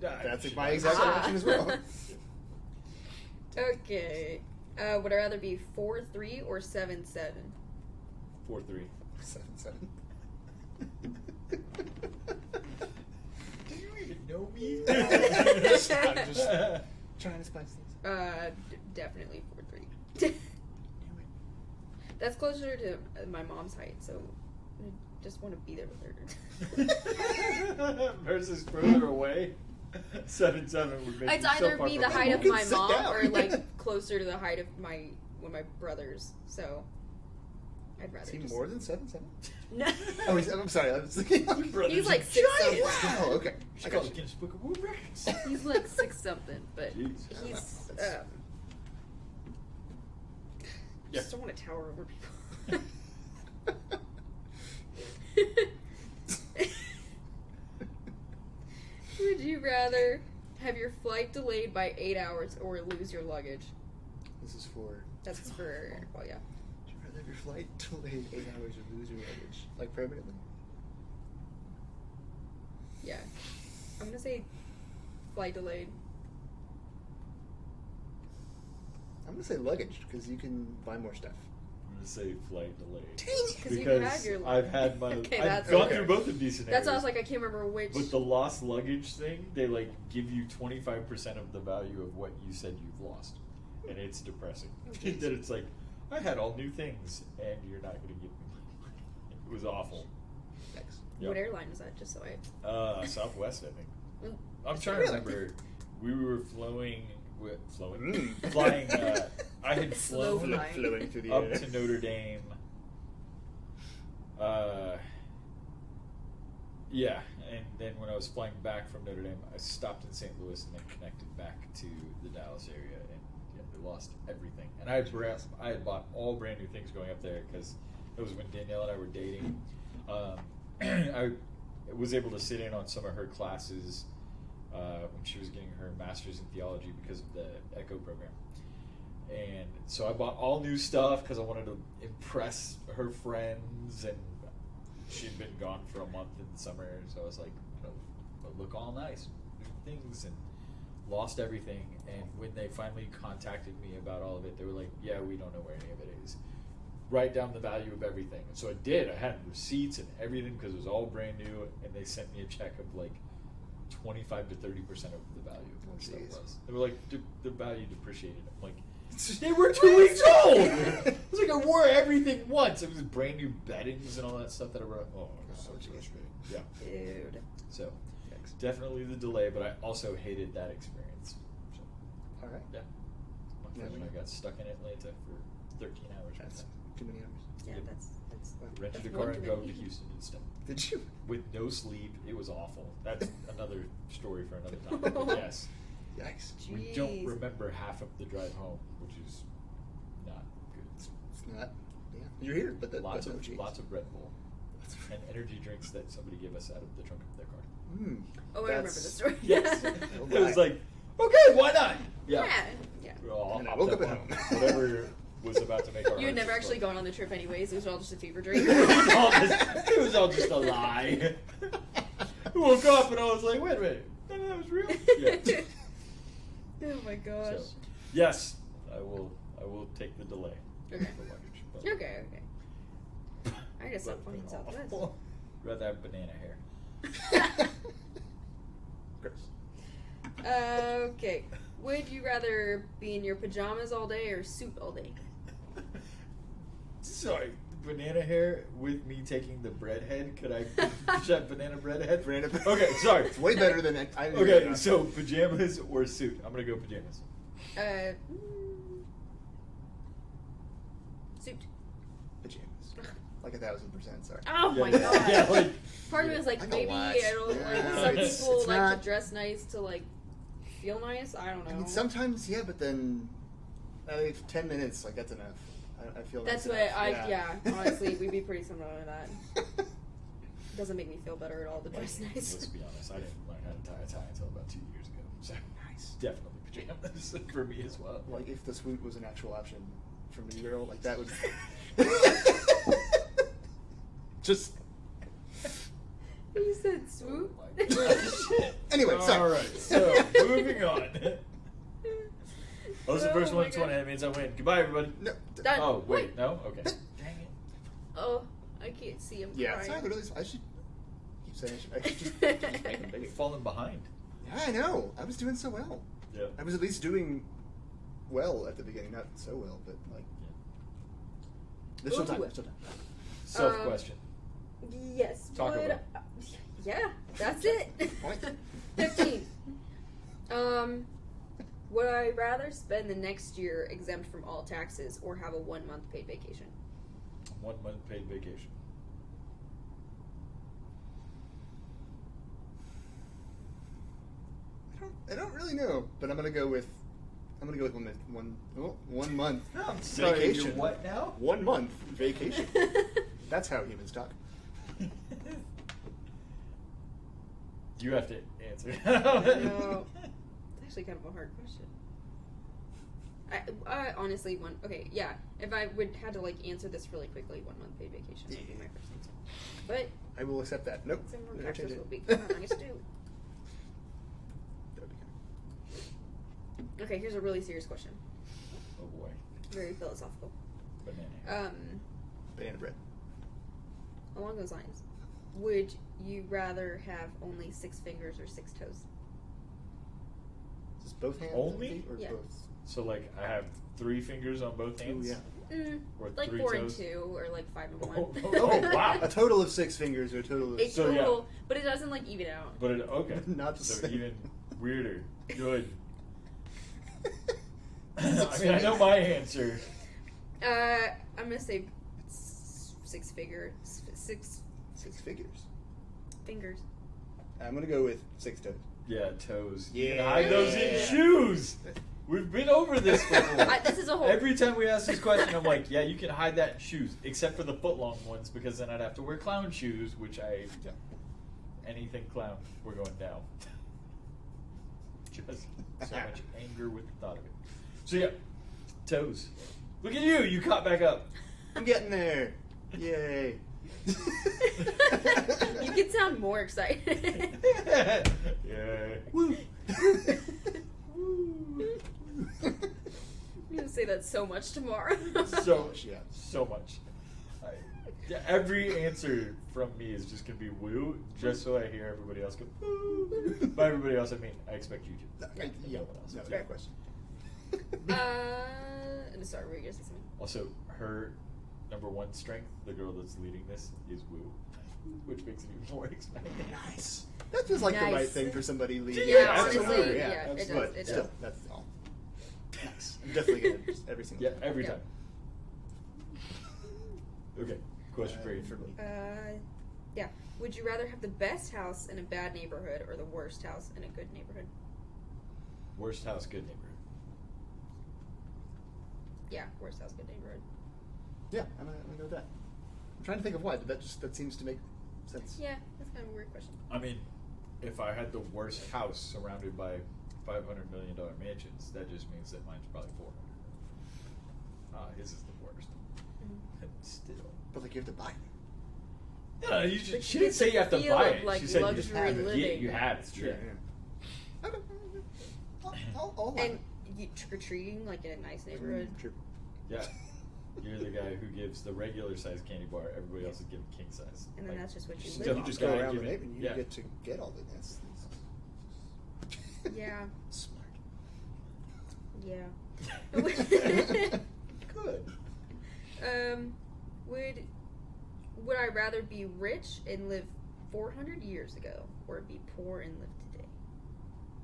Speaker 3: That's my exact
Speaker 4: Ah.
Speaker 3: reaction as well.
Speaker 4: Okay. Uh, would I rather be four three or seven seven?
Speaker 2: Four three.
Speaker 3: seven seven.
Speaker 2: Do you even know me?
Speaker 3: Just- I'm just- Trying to spice things. up.
Speaker 4: Uh, d- definitely four three.
Speaker 3: Damn it.
Speaker 4: That's closer to uh, my mom's height, so I just want to be there with her.
Speaker 2: Versus further away, seven seven would make
Speaker 4: it's
Speaker 2: me so
Speaker 4: either
Speaker 2: far
Speaker 4: be the
Speaker 2: from
Speaker 4: height
Speaker 2: home.
Speaker 4: of
Speaker 3: You
Speaker 4: my
Speaker 3: can sit
Speaker 4: mom
Speaker 3: down.
Speaker 4: or like closer to the height of my one of my brothers. So I'd rather
Speaker 3: Is he
Speaker 4: just
Speaker 3: more than seven seven?
Speaker 4: no.
Speaker 3: Oh, he's, I'm sorry. I was thinking.
Speaker 2: brother's
Speaker 4: He's like
Speaker 2: a
Speaker 4: six
Speaker 2: giant.
Speaker 4: something.
Speaker 3: Oh, okay.
Speaker 2: She
Speaker 3: I
Speaker 2: calls
Speaker 3: got you.
Speaker 2: Guinness Book of World Records.
Speaker 4: He's like six something, but
Speaker 2: Jeez.
Speaker 4: he's
Speaker 3: That's-
Speaker 4: um,
Speaker 2: Yeah.
Speaker 4: just don't want to tower over people. Would you rather have flight delayed by eight hours or lose your luggage.
Speaker 3: This is for.
Speaker 4: That's for well, yeah.
Speaker 3: Would you rather have your flight delayed eight hours or lose your luggage? Like permanently?
Speaker 4: Yeah. I'm gonna say flight delayed.
Speaker 3: I'm gonna say luggage because you can buy more stuff.
Speaker 2: I'm gonna say flight delayed.
Speaker 4: Because you
Speaker 2: Because
Speaker 4: had your
Speaker 2: I've had my.
Speaker 4: Okay,
Speaker 2: I've
Speaker 4: that's
Speaker 2: gone
Speaker 3: okay.
Speaker 2: through both of these scenarios.
Speaker 4: That's why I was like I can't remember which
Speaker 2: But the lost luggage thing, they like give you 25% of the value of what you said you've lost. And it's depressing.
Speaker 4: Oh, geez.
Speaker 2: that it's like, I had all new things and you're not going to give me money. It was awful.
Speaker 3: Thanks.
Speaker 4: what
Speaker 2: Yep.
Speaker 4: airline was that, just so I
Speaker 2: Uh, Southwest, I think.
Speaker 4: Mm.
Speaker 2: I'm trying to
Speaker 3: Really?
Speaker 2: remember. We were flowing, with, flowing,
Speaker 3: Mm.
Speaker 2: flying. Uh, I had
Speaker 4: Slow
Speaker 2: flown
Speaker 4: flying.
Speaker 3: Flowing through the
Speaker 2: up
Speaker 3: air.
Speaker 2: to Notre Dame. Uh, yeah, and then when I was flying back from Notre Dame, I stopped in St. Louis and then connected back to the Dallas area, and yeah, they lost everything. And I had bra- I had bought all brand new things going up there because it was when Danielle and I were dating. Um, I was able to sit in on some of her classes uh, when she was getting her master's in theology because of the ECHO program. And so I bought all new stuff because I wanted to impress her friends. And she'd been gone for a month in the summer, so I was like, "I'll- I'll look all nice, new things, and lost everything. And when they finally contacted me about all of it, they were like, "Yeah, we don't know where any of it is." write down the value of everything. And so I did. I had receipts and everything because it was all brand new, and they sent me a check of like twenty-five to thirty percent of the value of what
Speaker 3: Oh,
Speaker 2: stuff
Speaker 3: jeez.
Speaker 2: was. They were like, "D- the value depreciated. I'm like. They were two weeks old. It was like I wore everything once. It was brand new beddings and all that stuff that I wore. Oh, it was so
Speaker 3: Oh, jeez.
Speaker 2: frustrating. Yeah.
Speaker 4: dude.
Speaker 2: So
Speaker 3: Thanks.
Speaker 2: definitely the delay, but I also hated that experience. So,
Speaker 3: All right.
Speaker 2: yeah. My friend and I got stuck in Atlanta for 13 hours. one
Speaker 3: That's
Speaker 2: time.
Speaker 3: too many hours.
Speaker 4: Yeah,
Speaker 2: Yep.
Speaker 4: that's that's
Speaker 2: rented a
Speaker 4: That's
Speaker 2: car
Speaker 4: one
Speaker 2: and
Speaker 4: too
Speaker 2: drove
Speaker 4: many.
Speaker 2: to Houston instead
Speaker 3: Did you?
Speaker 2: with no sleep. It was awful. That's another story for another time. But yes,
Speaker 3: Yikes.
Speaker 2: we don't
Speaker 4: Jeez.
Speaker 2: remember half of the drive home, which is not
Speaker 3: It's,
Speaker 2: good.
Speaker 3: it's not. Yeah. You're here, but the,
Speaker 2: lots
Speaker 3: but
Speaker 2: of
Speaker 3: no cheese.
Speaker 2: lots of Red Bull and energy drinks that somebody gave us out of the trunk of their car.
Speaker 3: Mm,
Speaker 4: Oh, I remember
Speaker 3: that's-
Speaker 4: the story.
Speaker 2: Yes,
Speaker 3: Oh
Speaker 2: it was
Speaker 3: my.
Speaker 2: like okay, why not?
Speaker 4: Yeah.
Speaker 2: Yeah.
Speaker 4: yeah.
Speaker 2: We were all
Speaker 3: And I
Speaker 2: hopped
Speaker 3: woke
Speaker 2: up
Speaker 3: up at
Speaker 2: on
Speaker 3: home.
Speaker 2: whatever was about to make our
Speaker 4: You had
Speaker 2: hearts
Speaker 4: never actually
Speaker 2: explode.
Speaker 4: gone on the trip anyways. It was all just a fever dream.
Speaker 2: it, was all just, it was all just a lie. I woke up and I was like, wait a minute, none of that was real. Yeah.
Speaker 4: oh my gosh.
Speaker 2: So, yes, I will. I will take the delay.
Speaker 4: Okay.
Speaker 2: For luggage, but-
Speaker 4: Okay, okay. I guess
Speaker 2: but
Speaker 4: I'm fucking
Speaker 2: they're
Speaker 4: Southwest.
Speaker 2: awful. Rather have banana hair.
Speaker 3: Gross.
Speaker 4: Uh, okay. Would you rather be in your pajamas all day or suit all day?
Speaker 2: Sorry, banana hair with me taking the bread head. Could I shut banana bread head?
Speaker 3: Brandon-
Speaker 2: Okay, sorry.
Speaker 3: It's way better than I. I didn't even
Speaker 2: Okay,
Speaker 3: know.
Speaker 2: so pajamas or suit? I'm gonna go pajamas.
Speaker 4: Uh, mm, suit.
Speaker 3: pajamas. Like a thousand percent. Sorry.
Speaker 4: Oh my
Speaker 2: Yeah,
Speaker 4: god.
Speaker 2: Yeah, like
Speaker 4: Part of it is like
Speaker 3: I know
Speaker 4: maybe
Speaker 3: why.
Speaker 4: it'll like
Speaker 2: Yeah,
Speaker 4: some
Speaker 2: it's-
Speaker 4: people
Speaker 3: it's
Speaker 4: like
Speaker 3: not-
Speaker 4: to dress nice to like feel nice. I don't know.
Speaker 3: I mean, sometimes yeah, but then I mean, for ten minutes, like that's enough. I, I feel
Speaker 4: That's what
Speaker 3: nice enough.
Speaker 4: I yeah. honestly, we'd be pretty similar to that. Doesn't make me feel better at all. "Oh, The
Speaker 2: Like,
Speaker 4: dress nice.
Speaker 2: Let's be honest, I didn't learn how to tie a tie until about two years ago. So
Speaker 3: Nice.
Speaker 2: definitely pajamas for me as well.
Speaker 3: Like if the swoot was an actual option for me, girl, like that would just.
Speaker 4: You said swoop.
Speaker 2: Oh my gosh.
Speaker 3: Anyway, sorry.
Speaker 2: All right, so moving on. Well, this is the first
Speaker 4: Oh
Speaker 2: one
Speaker 4: my
Speaker 2: to 20.
Speaker 4: God.
Speaker 2: That means I win. Goodbye, everybody.
Speaker 3: No. d-
Speaker 4: Done.
Speaker 2: Oh, wait,
Speaker 4: Wait.
Speaker 2: no? Okay.
Speaker 3: Dang
Speaker 4: Oh, I can't see him.
Speaker 3: Yeah.
Speaker 4: crying.
Speaker 3: Sorry, but at least I should keep saying. I should, I should just, just make them
Speaker 2: We've
Speaker 3: bigger.
Speaker 2: fallen behind.
Speaker 3: Yeah, I know. I was doing so well.
Speaker 2: Yeah.
Speaker 3: I was at least doing well at the beginning. Not so well, but like. There's still
Speaker 4: Ooh.
Speaker 3: time. There's still time.
Speaker 2: Self question.
Speaker 4: Yes.
Speaker 2: Taco
Speaker 4: would,
Speaker 2: Bell.
Speaker 4: yeah, that's it.
Speaker 3: Point.
Speaker 4: Fifteen. Um, would I rather spend the next year exempt from all taxes or have a one month paid vacation?
Speaker 2: One month paid vacation.
Speaker 3: I don't. I don't really know, but I'm gonna go with. I'm gonna go with one month. One, oh, one month.
Speaker 2: I'm sorry, you're what now?
Speaker 3: One month vacation. That's how humans talk.
Speaker 2: You have to answer. Oh,
Speaker 4: No. actually kind of a hard question. I, I honestly one okay yeah if I would had to like answer this really quickly one month paid vacation would be my first answer but
Speaker 3: I will accept that. Nope.
Speaker 4: some
Speaker 3: Never
Speaker 4: more factors
Speaker 3: change
Speaker 4: will
Speaker 3: it.
Speaker 4: be come on, I just do
Speaker 3: That would be
Speaker 4: okay here's a really serious question
Speaker 2: Oh boy,
Speaker 4: very philosophical
Speaker 2: banana.
Speaker 4: um
Speaker 3: good. Banana bread.
Speaker 4: along those lines would you rather have only six fingers or six toes
Speaker 3: Is this both hands?
Speaker 2: Only?
Speaker 3: Or
Speaker 4: Yeah.
Speaker 3: both?
Speaker 2: so like, I have three fingers on both hands.
Speaker 3: yeah.
Speaker 4: mm,
Speaker 2: Or
Speaker 4: like
Speaker 2: three
Speaker 4: four
Speaker 2: toes?
Speaker 4: and two or like five and one.
Speaker 2: Oh, oh, wow.
Speaker 3: A total of six fingers or a total of
Speaker 4: it's
Speaker 2: So, yeah.
Speaker 4: total but it doesn't like even out
Speaker 2: But it, okay,
Speaker 3: Not the
Speaker 2: so
Speaker 3: same.
Speaker 2: even weirder. Good. I
Speaker 3: Six
Speaker 2: mean, I know
Speaker 3: fingers.
Speaker 2: my answer.
Speaker 4: Uh, I'm gonna say s- six figure, s- six
Speaker 3: Six figures.
Speaker 4: fingers.
Speaker 3: I'm gonna go with six toes.
Speaker 2: Yeah, toes. You can
Speaker 3: Yeah.
Speaker 2: hide those in shoes. We've been over this before.
Speaker 4: I, this is a whole.
Speaker 2: Every time we ask this question, I'm like, yeah, you can hide that in shoes, except for the footlong ones, because then I'd have to wear clown shoes, which I. Anything clown, we're going down. Just so much anger with the thought of it. So, yeah, toes. Look at you, you caught back up.
Speaker 3: I'm getting there. Yay.
Speaker 4: you can sound more excited.
Speaker 2: yeah.
Speaker 3: Woo.
Speaker 4: I'm gonna say that so much tomorrow.
Speaker 2: So,
Speaker 3: Gosh,
Speaker 2: yeah,
Speaker 3: yeah.
Speaker 2: so much. I, yeah, every answer from me is just going to be woo, just so I hear everybody else go woo. By everybody else, I mean, I expect you to.
Speaker 3: I- yeah,
Speaker 2: No one else.
Speaker 3: no, no question.
Speaker 4: uh, sorry, were you gonna say something?
Speaker 2: Also, her number one strength, the girl that's leading this, is woo, which makes it even more exciting.
Speaker 3: Nice. That feels like the right
Speaker 4: Nice.
Speaker 3: thing for somebody leaving.
Speaker 2: Yeah,
Speaker 4: honestly, yeah, it
Speaker 3: that's-
Speaker 4: does,
Speaker 3: But
Speaker 4: it does.
Speaker 3: still, that's all. Nice. I'm definitely gonna just every single.
Speaker 2: Yeah,
Speaker 3: time.
Speaker 2: every
Speaker 4: Yeah.
Speaker 2: time. Okay, question for you.
Speaker 3: Uh, for me.
Speaker 4: Uh, yeah. Would you rather have the best house in a bad neighborhood or the worst house in a good neighborhood?
Speaker 2: Worst house, good neighborhood.
Speaker 4: Yeah, worst house, good neighborhood.
Speaker 3: Yeah, I'm gonna, I'm gonna go with that. I'm trying to think of why, but that just that seems to make sense.
Speaker 4: Yeah, that's kind of a weird question.
Speaker 2: I mean, if I had the worst house surrounded by five hundred million dollar mansions, that just means that mine's probably four hundred. Uh, his is the worst.
Speaker 4: Mm-hmm.
Speaker 2: Still.
Speaker 3: But like you have to buy it.
Speaker 2: No, you just,
Speaker 4: But
Speaker 2: she
Speaker 4: you
Speaker 2: didn't
Speaker 4: get
Speaker 2: say
Speaker 4: the
Speaker 2: you have to
Speaker 4: feel
Speaker 2: buy
Speaker 4: of,
Speaker 2: it.
Speaker 4: like,
Speaker 2: she said you just
Speaker 4: luxury
Speaker 2: have it. Yeah,
Speaker 4: living.
Speaker 2: you have it. Yeah.
Speaker 3: yeah. Okay. I'll, I'll, I'll
Speaker 4: And you trick or treating like in a nice neighborhood.
Speaker 3: True.
Speaker 2: yeah. You're the guy who gives the regular size candy bar. Everybody else is giving king size.
Speaker 4: And then that's just what you
Speaker 2: she's
Speaker 4: live
Speaker 2: still
Speaker 3: you
Speaker 4: on.
Speaker 2: just
Speaker 3: just go
Speaker 2: gotta
Speaker 3: around the
Speaker 2: give it-
Speaker 3: neighborhood. You
Speaker 2: yeah.
Speaker 3: get to get all the this.
Speaker 4: Yeah.
Speaker 3: Smart.
Speaker 4: Yeah.
Speaker 3: Good.
Speaker 4: Um, would would I rather be rich and live 400 years ago, or be poor and live today?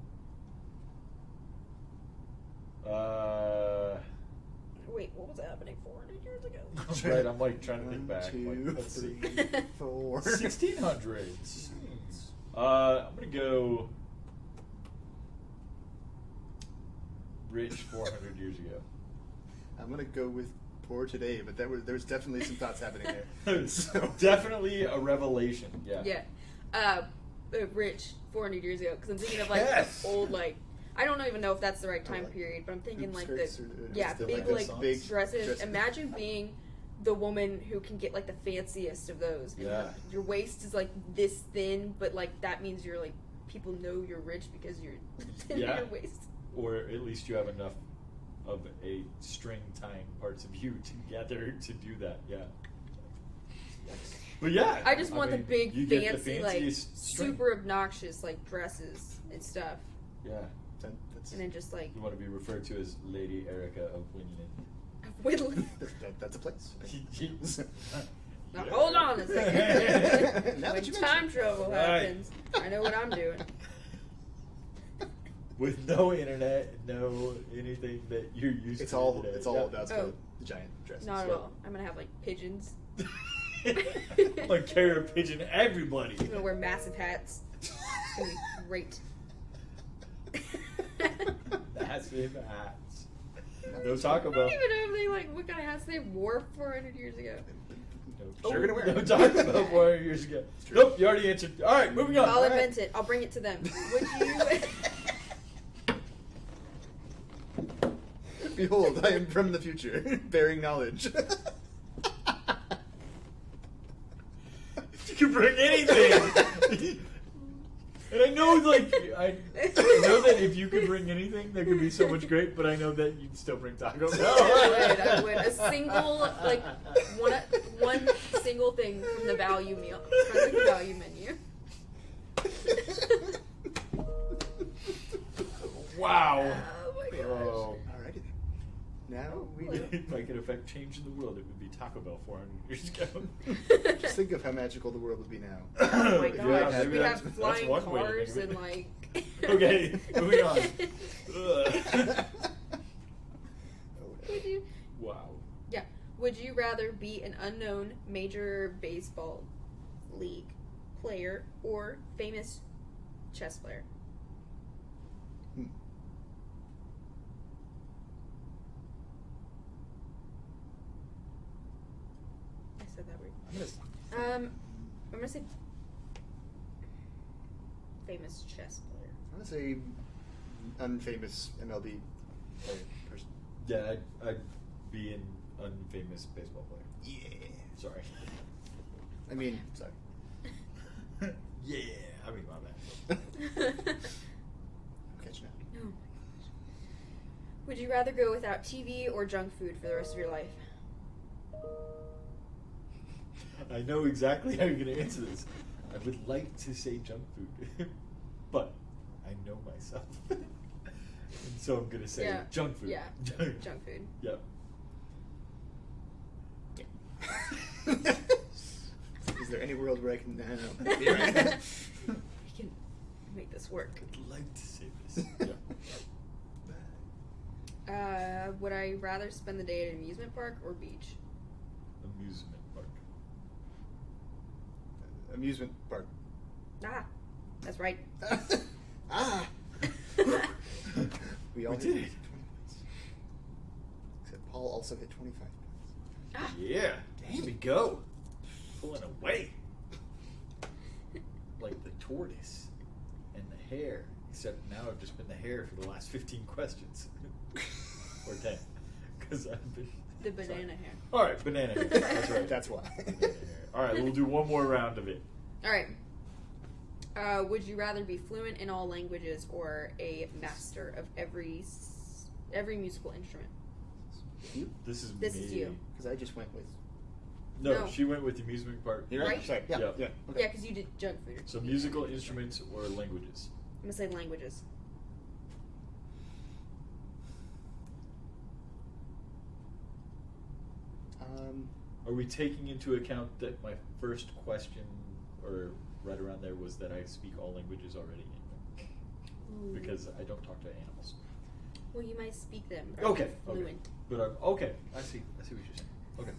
Speaker 2: Uh,
Speaker 4: Wait, what was happening 400 years ago?
Speaker 2: right, I'm like trying to think
Speaker 3: One,
Speaker 2: back.
Speaker 3: Two,
Speaker 2: like, let's see.
Speaker 4: see.
Speaker 3: three, four.
Speaker 2: 1600s. Uh, I'm gonna go rich 400 years ago.
Speaker 3: I'm gonna go with poor today, but there were there was definitely some thoughts happening there.
Speaker 2: It's
Speaker 3: So
Speaker 2: definitely a revelation. Yeah.
Speaker 4: Yeah. Uh, uh, rich 400 years ago, because I'm thinking of like
Speaker 2: Yes.
Speaker 4: the old like. I don't even know if that's the right time
Speaker 3: like,
Speaker 4: period, but I'm thinking
Speaker 3: hoop
Speaker 4: like
Speaker 3: skirts
Speaker 4: the
Speaker 3: or- or
Speaker 4: yeah
Speaker 3: still
Speaker 4: big
Speaker 2: like
Speaker 4: like,
Speaker 2: those
Speaker 3: big
Speaker 4: dresses.
Speaker 3: dress-
Speaker 4: Imagine being the woman who can get like the fanciest of those. and
Speaker 2: Yeah.
Speaker 4: Your waist is like this thin, but like that means you're like people know you're rich because you're thin
Speaker 2: Yeah.
Speaker 4: in your waist.
Speaker 2: Or at least you have enough of a string tying parts of you together to do that. Yeah. But yeah,
Speaker 4: I just want
Speaker 2: mean,
Speaker 4: the big
Speaker 2: you
Speaker 4: fancy,
Speaker 2: get the
Speaker 4: like
Speaker 2: fanciest string.
Speaker 4: super obnoxious like dresses and stuff,
Speaker 2: Yeah,
Speaker 3: that, that's,
Speaker 4: and then just like
Speaker 2: you want to be referred to as Lady Erica of Winland.
Speaker 4: whittling.
Speaker 3: that, that- that's a place.
Speaker 4: Now hold on a second.
Speaker 3: Now
Speaker 4: when
Speaker 3: that you mention
Speaker 4: time
Speaker 3: it.
Speaker 4: travel
Speaker 2: Right.
Speaker 4: happens, I know what I'm doing.
Speaker 2: With no internet, no anything that you're used
Speaker 3: It's
Speaker 2: to.
Speaker 3: all
Speaker 2: today.
Speaker 3: it's all about
Speaker 4: Oh.
Speaker 3: the giant dresses.
Speaker 4: Not at
Speaker 2: Yeah.
Speaker 4: all. I'm gonna have like pigeons.
Speaker 2: Yeah. like carrier pigeon, everybody.
Speaker 4: I'm gonna wear massive hats. It's gonna be great.
Speaker 2: Massive hats. No Taco Bell.
Speaker 4: I don't even know if they like what kind of hats they wore 400 years ago.
Speaker 2: No,
Speaker 3: Oh, you're gonna wear
Speaker 2: no
Speaker 3: it.
Speaker 2: Taco Bell four years ago.
Speaker 3: true.
Speaker 2: Nope, you already answered. All right, moving on.
Speaker 4: I'll
Speaker 2: All right.
Speaker 4: invent it. I'll bring it to them. Would you?
Speaker 3: Behold, I am from the future, bearing knowledge.
Speaker 2: You can bring anything. and I know, like, I, I know that if you could bring anything, there could be so much great. But I know that you'd still bring Taco Bell.
Speaker 4: I would, I would. A single, like, one, one single thing from the value meal, from the value menu.
Speaker 2: Wow.
Speaker 4: Oh my gosh.
Speaker 2: Whoa.
Speaker 3: Alrighty then. Now
Speaker 4: Oh,
Speaker 3: we know.
Speaker 2: if I could affect change in the world, it would be Taco Bell 400 years ago.
Speaker 3: Just think of how magical the world would be now.
Speaker 4: oh my
Speaker 2: Yeah,
Speaker 4: gosh.
Speaker 3: maybe
Speaker 4: we
Speaker 2: that's-
Speaker 4: have
Speaker 2: that's
Speaker 4: flying
Speaker 2: one way to
Speaker 4: cars
Speaker 2: do it.
Speaker 4: and, like.
Speaker 2: Okay, moving on. Ugh.
Speaker 4: Would
Speaker 3: Oh,
Speaker 4: you?
Speaker 2: Wow.
Speaker 4: Yeah. Would you rather be an unknown major baseball league player or famous chess player?
Speaker 3: Hmm.
Speaker 4: I said that word.
Speaker 3: I'm gonna s-
Speaker 4: Um, I'm gonna say famous chess player.
Speaker 3: I'm gonna say unfamous MLB player person.
Speaker 2: Yeah, I'd, I'd be an unfamous baseball player.
Speaker 3: Yeah.
Speaker 2: Sorry.
Speaker 3: I mean, sorry.
Speaker 2: yeah, I mean, my bad.
Speaker 3: Catch now.
Speaker 4: Oh my gosh. Would you rather go without TV or junk food for the rest of your life?
Speaker 2: I know exactly how you're going to answer this. I would like to say junk food, but I know myself. and so I'm going to say
Speaker 4: Yeah.
Speaker 2: junk food.
Speaker 4: Yeah, junk food.
Speaker 2: Yep.
Speaker 3: Is there any world where I can? No, no, no. Be right.
Speaker 4: We can make this work.
Speaker 2: I'd like to say this. yeah.
Speaker 4: Uh, would I rather spend the day at an amusement park or beach?
Speaker 2: Amusement park.
Speaker 3: Amusement park.
Speaker 4: Ah, that's right.
Speaker 3: ah. We all
Speaker 2: We
Speaker 3: hit
Speaker 2: did it.
Speaker 3: 20 points. Except Paul also hit 25 points.
Speaker 4: Ah.
Speaker 2: Yeah. Here we go. Pulling away. Like the tortoise and the hare. Except now I've just been the hare for the last 15 questions. or 10. Because I've been.
Speaker 4: The banana hair.
Speaker 2: Alright, banana hare. That's right.
Speaker 3: That's why.
Speaker 2: Banana hare. Alright, we'll do one more round of it.
Speaker 4: All right. Uh, would you rather be fluent in all languages or a master of every s- every musical instrument?
Speaker 2: This is
Speaker 4: This
Speaker 2: me.
Speaker 4: is you.
Speaker 3: Because I just went with.
Speaker 2: No,
Speaker 4: No.
Speaker 2: she went with the amusement park.
Speaker 4: You're right.
Speaker 3: Sorry. Yeah.
Speaker 2: Yeah.
Speaker 3: Yeah.
Speaker 4: Yeah,
Speaker 3: Okay.
Speaker 4: because you did junk food.
Speaker 2: So musical instruments or languages?
Speaker 4: I'm gonna say languages.
Speaker 3: Um,
Speaker 2: Are we taking into account that my first question, or right around there, was that I speak all languages already?
Speaker 4: Mm.
Speaker 2: Because I don't talk to animals.
Speaker 4: well, you might speak them. or
Speaker 2: Okay.
Speaker 4: be
Speaker 2: okay.
Speaker 4: Fluent.
Speaker 2: But I'm, okay, I see. I see what you're saying. Okay.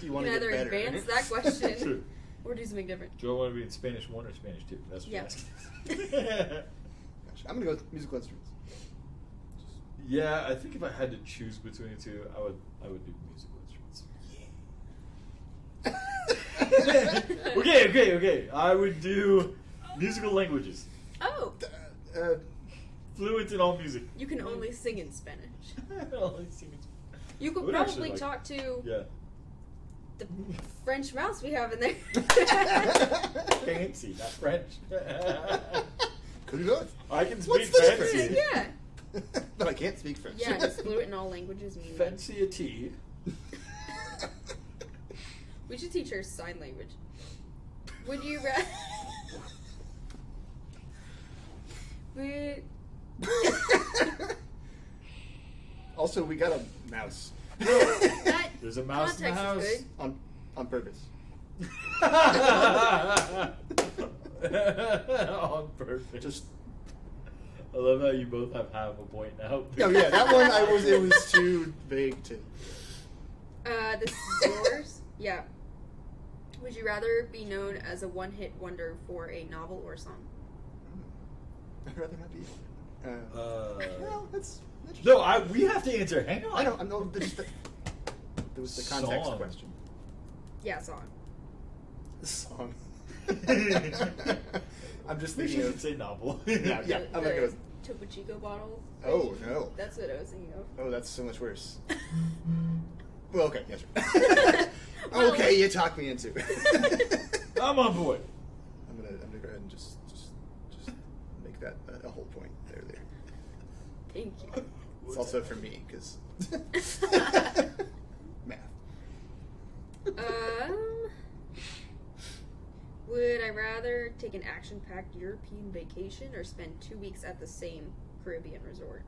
Speaker 3: do you want to
Speaker 4: can
Speaker 3: get
Speaker 4: either
Speaker 3: better?
Speaker 4: advance that question
Speaker 2: True.
Speaker 4: or do something different.
Speaker 2: Do I want to be in Spanish one or Spanish two? That's what
Speaker 4: Yeah.
Speaker 2: you're asking.
Speaker 3: Gosh, I'm gonna go with musical instruments.
Speaker 2: yeah, I think if I had to choose between the two, I would. I would do musical instruments. okay, okay, okay. I would do musical languages.
Speaker 4: Oh,
Speaker 3: uh,
Speaker 2: Fluent in all music.
Speaker 4: you can only sing in Spanish.
Speaker 2: All I sing is-
Speaker 4: You
Speaker 2: I
Speaker 4: could
Speaker 2: would actually
Speaker 4: probably
Speaker 2: like-
Speaker 4: talk to
Speaker 2: Yeah.
Speaker 4: the French mouse we have in there.
Speaker 2: Fancy, not French.
Speaker 3: could you do it?
Speaker 2: I can speak
Speaker 3: What's the
Speaker 2: fancy.
Speaker 3: difference?
Speaker 4: yeah,
Speaker 3: but I can't speak French.
Speaker 4: yeah, just fluent in all languages. Meaning
Speaker 2: Fancy a tea.
Speaker 4: we should teach her sign language. Would you rather? would
Speaker 3: also, we got a mouse.
Speaker 4: that
Speaker 2: There's a mouse in the house.
Speaker 4: context is
Speaker 3: on on purpose.
Speaker 2: On purpose.
Speaker 3: Just
Speaker 2: I love how you both have half a point now.
Speaker 3: oh yeah, that one I was it was too vague to.
Speaker 4: good. Uh, this is yours. Yeah. Would you rather be known as a one-hit wonder for a novel or song?
Speaker 3: I'd rather not be. Uh,
Speaker 2: Uh,
Speaker 3: well, that's interesting.
Speaker 2: no, I, we have to answer. Hang on.
Speaker 3: I don't. I'm not. Just the, there was the context
Speaker 2: Song.
Speaker 3: question.
Speaker 4: Yeah, song.
Speaker 3: The song. I'm just
Speaker 2: We
Speaker 3: thinking
Speaker 2: should
Speaker 3: of.
Speaker 2: say novel. Uh,
Speaker 3: Yeah, yeah, I'm gonna go with
Speaker 4: Topo Chico bottles.
Speaker 3: Oh, no.
Speaker 4: That's what I was thinking of.
Speaker 3: Oh, that's so much worse. Well, okay, yes.
Speaker 4: Well-
Speaker 3: okay, you talked me into. it.
Speaker 2: I'm on board.
Speaker 3: I'm gonna, I'm gonna go ahead and just, just, just make that a, a whole point. There, there.
Speaker 4: Thank you.
Speaker 3: It's also for me because math.
Speaker 4: Um, would I rather take an action-packed European vacation or spend two weeks at the same Caribbean resort?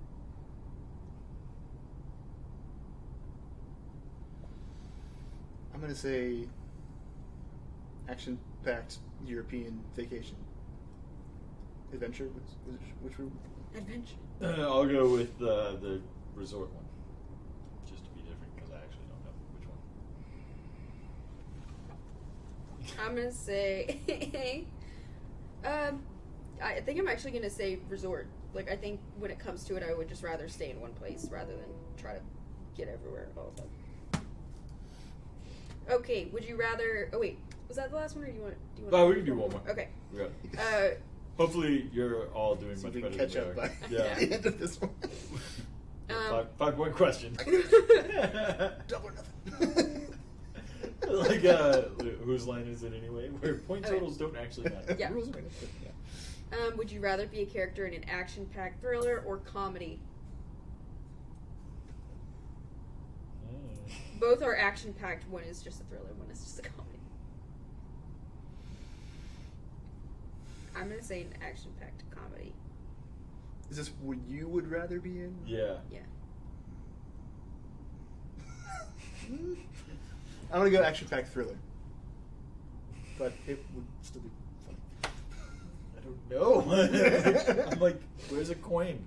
Speaker 3: I'm gonna say action-packed European vacation adventure. Which, which, which were,
Speaker 4: Adventure.
Speaker 2: Uh, I'll go with uh, the resort one, just to be different because I actually don't know which one.
Speaker 4: I'm gonna say, um, I think I'm actually gonna say resort. Like, I think when it comes to it, I would just rather stay in one place rather than try to get everywhere all at once. Okay, would you rather? Oh wait, was that the last one, or do you want? Do you want?
Speaker 2: Oh, we can do one more.
Speaker 4: Okay.
Speaker 2: We got-
Speaker 4: Uh,
Speaker 2: Hopefully, you're all doing
Speaker 3: so
Speaker 2: much
Speaker 3: we
Speaker 2: better
Speaker 3: can catch
Speaker 2: than
Speaker 3: up
Speaker 2: we are.
Speaker 3: by
Speaker 2: yeah.
Speaker 3: the end of this one.
Speaker 4: Um,
Speaker 2: five, five point question.
Speaker 3: Double or nothing.
Speaker 2: like, uh, whose line is it anyway? Where point
Speaker 4: Okay.
Speaker 2: totals don't actually matter.
Speaker 4: Yeah.
Speaker 3: Rules are made up, but yeah.
Speaker 4: um, would you rather be a character in an action-packed thriller or comedy?
Speaker 2: Mm.
Speaker 4: Both are action-packed. One is just a thriller. One is just a comedy. I'm gonna say an action-packed comedy.
Speaker 3: Is this what you would rather be in?
Speaker 2: Yeah.
Speaker 4: Yeah.
Speaker 3: Hmm. I'm gonna go action packed thriller. But it would still be
Speaker 2: I don't know. I'm like, where's a coin?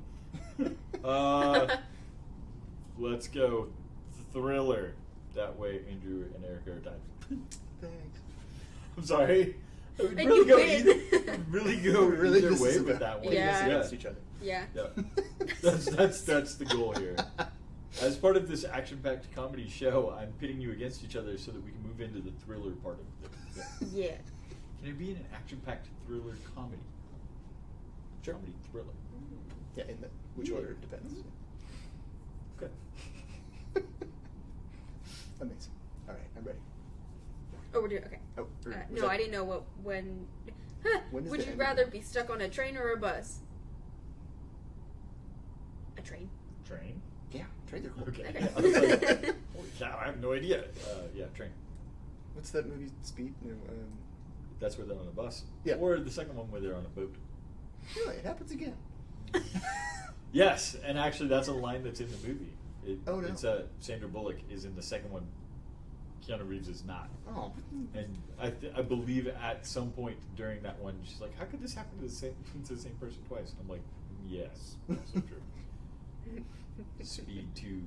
Speaker 3: funny.
Speaker 2: Uh, let's go thriller. That way, Andrew and Erica are tied.
Speaker 3: Thanks.
Speaker 2: I'm sorry. I would
Speaker 4: And
Speaker 2: really
Speaker 4: you
Speaker 2: go
Speaker 4: win.
Speaker 2: either, really go
Speaker 3: Really,
Speaker 2: either
Speaker 3: this
Speaker 2: way
Speaker 3: is
Speaker 2: with
Speaker 3: about
Speaker 2: that one.
Speaker 3: putting us
Speaker 4: Yeah.
Speaker 3: against each other.
Speaker 4: yeah.
Speaker 2: Yeah. That's- that's- that's the goal here. As part of this action-packed comedy show, I'm pitting you against each other so that we can move into the thriller part of it.
Speaker 4: Yeah.
Speaker 2: Can it be in an action-packed thriller comedy?
Speaker 3: Sure.
Speaker 2: Comedy thriller.
Speaker 3: Yeah, in the, which order it depends.
Speaker 4: Mm-hmm.
Speaker 2: Okay.
Speaker 3: Amazing. All right, I'm ready.
Speaker 4: Oh, we're doing okay.
Speaker 3: Oh,
Speaker 4: Uh,
Speaker 3: or was
Speaker 4: no,
Speaker 3: that-
Speaker 4: I didn't know what when. Huh,
Speaker 3: When is
Speaker 4: would
Speaker 3: the
Speaker 4: you
Speaker 3: end of
Speaker 4: rather
Speaker 3: it?
Speaker 4: be stuck on a train or a bus? A train.
Speaker 2: Train.
Speaker 3: Yeah, trade their cool.
Speaker 2: Okay.
Speaker 4: Okay.
Speaker 2: I was like, holy cow! I have no idea. Uh, yeah, train.
Speaker 3: What's that movie? Speed. No, um,
Speaker 2: That's where they're on a bus.
Speaker 3: Yeah.
Speaker 2: Or the second one where they're on a boat.
Speaker 3: really, it happens again.
Speaker 2: Yes, and actually, that's a line that's in the movie. It,
Speaker 3: Oh, no.
Speaker 2: It's uh, Sandra Bullock is in the second one. Keanu Reeves is not.
Speaker 3: Oh,
Speaker 2: And I, th- I believe at some point during that one, she's like, "How could this happen to the same to the same person twice?" And I'm like, "Yes, so true." Speed Two,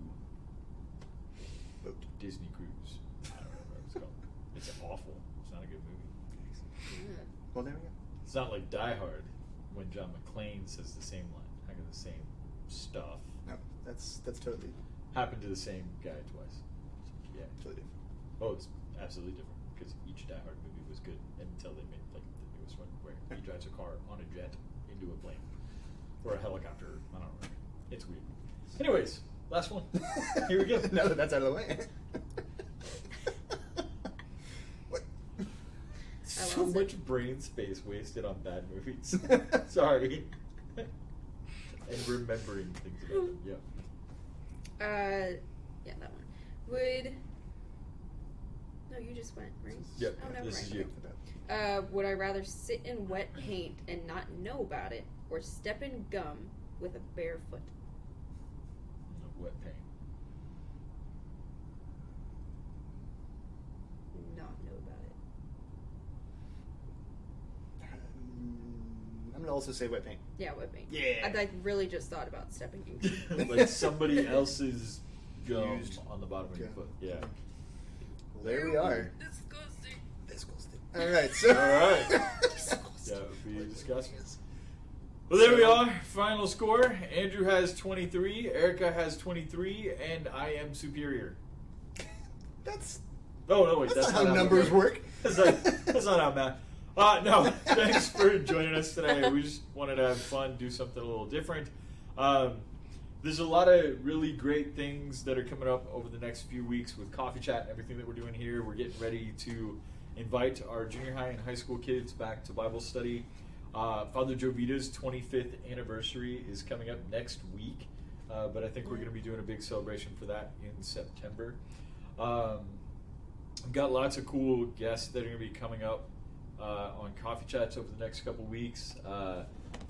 Speaker 3: Boat.
Speaker 2: Disney Cruise. I don't know what it's called. It's awful. It's not a good movie.
Speaker 3: Well, there we go.
Speaker 2: It's not like Die Hard when John McClane says the same line. How could the same stuff
Speaker 3: No, that's that's totally
Speaker 2: happen to the same guy twice? Yeah.
Speaker 3: totally different.
Speaker 2: Oh, it's absolutely different because each Die Hard movie was good until they made like the newest one where he drives a car on a jet into a plane or a helicopter. I don't know. It's weird. Anyways, last one. Here we go.
Speaker 3: now that that's out of the way. what?
Speaker 2: so
Speaker 4: lost it.
Speaker 2: much brain space wasted on bad movies. Sorry. and remembering things about them. Yeah.
Speaker 4: Uh, yeah, that one. Would. No, you just went right.
Speaker 2: Yep,
Speaker 4: Oh, never
Speaker 2: this
Speaker 4: mind.
Speaker 2: is you.
Speaker 4: Uh, would I rather sit in wet paint and not know about it, or step in gum with a bare foot?
Speaker 2: No, Wet paint.
Speaker 4: Not know about it.
Speaker 3: Um, I'm gonna also say wet paint.
Speaker 4: Yeah, wet paint.
Speaker 3: Yeah.
Speaker 4: I like really just thought about stepping in gum.
Speaker 2: like somebody else's gum
Speaker 3: Used
Speaker 2: on the bottom of your
Speaker 3: gum.
Speaker 2: foot. Yeah.
Speaker 3: Well, there we are.
Speaker 4: Disgusting.
Speaker 3: This goes through. All right. So.
Speaker 2: All right. That would be disgusting. Well, there we are. Final score. Andrew has 23, Erica has 23, and I am superior.
Speaker 3: That's
Speaker 2: Oh, no, wait.
Speaker 3: that's,
Speaker 2: That's,
Speaker 3: not
Speaker 2: that
Speaker 3: how numbers
Speaker 2: works.
Speaker 3: work.
Speaker 2: That's not, that's not how math. Uh, no, thanks for joining us today. We just wanted to have fun, do something a little different. Um, there's a lot of really great things that are coming up over the next few weeks with coffee chat and everything that we're doing here. We're getting ready to invite our junior high and high school kids back to Bible study. Uh, Father Jovita's 25th anniversary is coming up next week, uh, but I think we're going to be doing a big celebration for that in September. Um, We've got lots of cool guests that are going to be coming up uh, on coffee chats over the next couple weeks. Uh,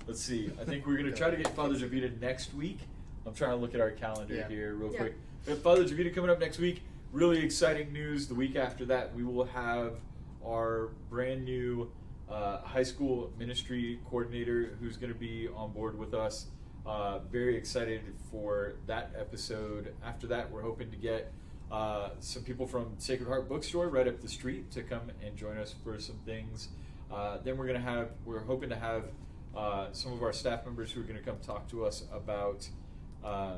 Speaker 2: let's see. I think we're going to try to get Father Javita next week. I'm trying to look at our calendar
Speaker 3: Yeah.
Speaker 2: here real
Speaker 4: Yeah.
Speaker 2: quick. We have Father Javita coming up next week. Really exciting news. The week after that, we will have our brand new uh, high school ministry coordinator who's going to be on board with us. Uh, very excited for that episode. After that, we're hoping to get uh, some people from Sacred Heart Bookstore right up the street to come and join us for some things. Uh, then we're gonna have we're hoping to have uh, some of our staff members who are gonna come talk to us about um,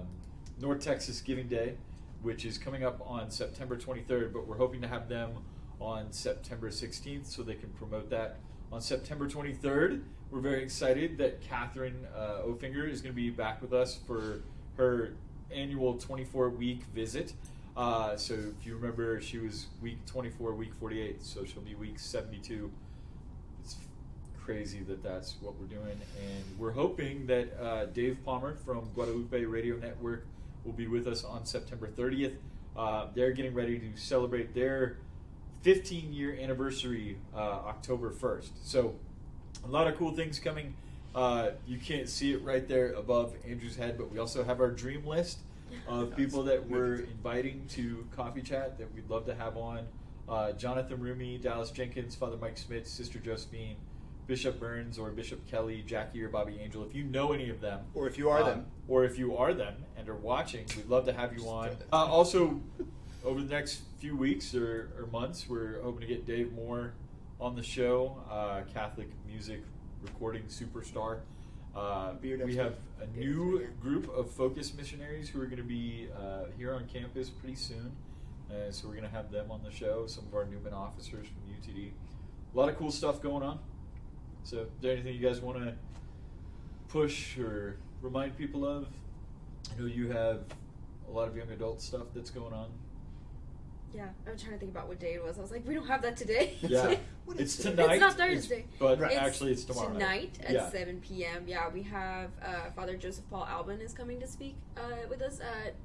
Speaker 2: North Texas Giving Day, which is coming up on September 23rd. But we're hoping to have them on September 16th so they can promote that on September 23rd. We're very excited that Catherine uh, Ofinger is going to be back with us for her annual 24 week visit. Uh, so if you remember, she was week 24, week 48, so she'll be week 72. It's crazy that that's what we're doing, and we're hoping that uh, Dave Palmer from Guadalupe Radio Network will be with us on September 30th. Uh, they're getting ready to celebrate their 15 year anniversary uh, October 1st. So a lot of cool things coming. Uh, you can't see it right there above Andrew's head, but we also have our dream list of people that we're inviting to coffee chat that we'd love to have on. Uh, Jonathan Rumi, Dallas Jenkins, Father Mike Smith, Sister Josephine, Bishop Burns, or Bishop Kelly, Jackie, or Bobby Angel. If you know any of them,
Speaker 3: Or if you are
Speaker 2: uh,
Speaker 3: them.
Speaker 2: or if you are them and are watching, we'd love to have you on.
Speaker 3: throw that.
Speaker 2: Uh, also, over the next few weeks or, or months, we're hoping to get Dave Moore on the show, uh, Catholic music recording superstar. Uh,
Speaker 3: Beard
Speaker 2: we
Speaker 3: after.
Speaker 2: have a
Speaker 4: Beard
Speaker 2: new
Speaker 4: after, yeah.
Speaker 2: group of focus missionaries who are going to be uh, here on campus pretty soon. Uh, so we're going to have them on the show, some of our Newman officers from UTD. A lot of cool stuff going on. So, is there anything you guys want to push or remind people of? I know you have a lot of young adult stuff that's going on.
Speaker 4: Yeah, I was trying to think about what day it was. I was like, we don't have that today.
Speaker 2: Yeah,
Speaker 3: What
Speaker 2: it's
Speaker 3: is it?
Speaker 2: tonight.
Speaker 4: It's not Thursday.
Speaker 2: but
Speaker 3: Right.
Speaker 2: actually, it's tomorrow
Speaker 4: Tonight at
Speaker 2: yeah.
Speaker 4: 7 p.m. Yeah, we have uh, Father Joseph Paul Alban is coming to speak uh, with us at.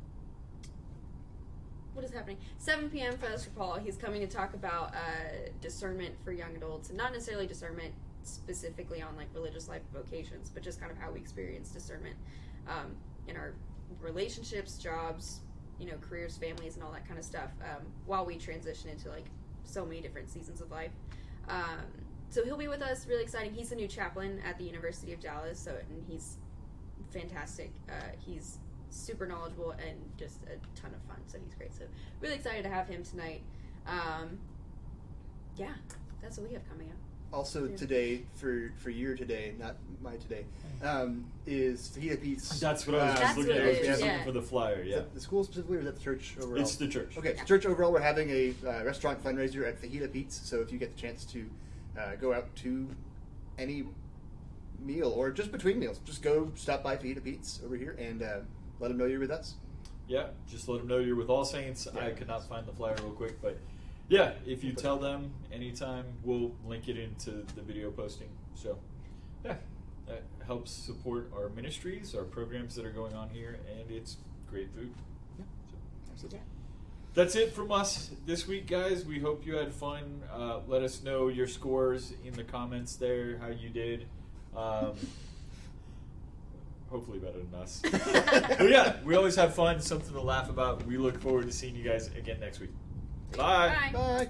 Speaker 4: What is happening? 7 p.m. for Father Paul. He's coming to talk about uh, discernment for young adults, and not necessarily discernment specifically on like religious life vocations, but just kind of how we experience discernment um, in our relationships, jobs, you know, careers, families, and all that kind of stuff. Um, while we transition into like so many different seasons of life. Um, so he'll be with us. Really exciting. He's the new chaplain at the University of Dallas. So and he's fantastic. Uh, he's super knowledgeable and just a ton of fun. So he's great. So really excited to have him tonight. Um, yeah, that's what we have coming up.
Speaker 3: Also
Speaker 4: Yeah.
Speaker 3: today for for your today, not my today, um, is Fajita Pete's.
Speaker 2: That's what I was
Speaker 3: uh,
Speaker 2: just
Speaker 4: That's
Speaker 2: looking
Speaker 4: what
Speaker 2: at. I
Speaker 4: it
Speaker 2: was
Speaker 4: is,
Speaker 2: just looking
Speaker 4: yeah.
Speaker 2: for the flyer.
Speaker 3: Is
Speaker 2: Yeah,
Speaker 3: that the school specifically, or is that the church overall?
Speaker 2: it's the church.
Speaker 3: Okay, so church overall, we're having a uh, restaurant fundraiser at Fajita Pete's. So if you get the chance to uh, go out to any meal or just between meals, just go stop by Fajita Pete's over here and uh, let them know you're with us.
Speaker 2: Yeah, just let them know you're with All Saints. I
Speaker 3: Yeah.
Speaker 2: could not find the flyer real quick, but yeah, if you tell them anytime, we'll link it into the video posting. So yeah, that helps support our ministries, our programs that are going on here, and it's great food.
Speaker 3: Yeah.
Speaker 2: So.
Speaker 3: Absolutely.
Speaker 2: That's it from us this week, guys. We hope you had fun. Uh, let us know your scores in the comments there, how you did. Um, hopefully, better than us. but Oh, yeah, we always have fun, something to laugh about. We look forward to seeing you guys again next week. Bye.
Speaker 4: Bye.
Speaker 3: Bye.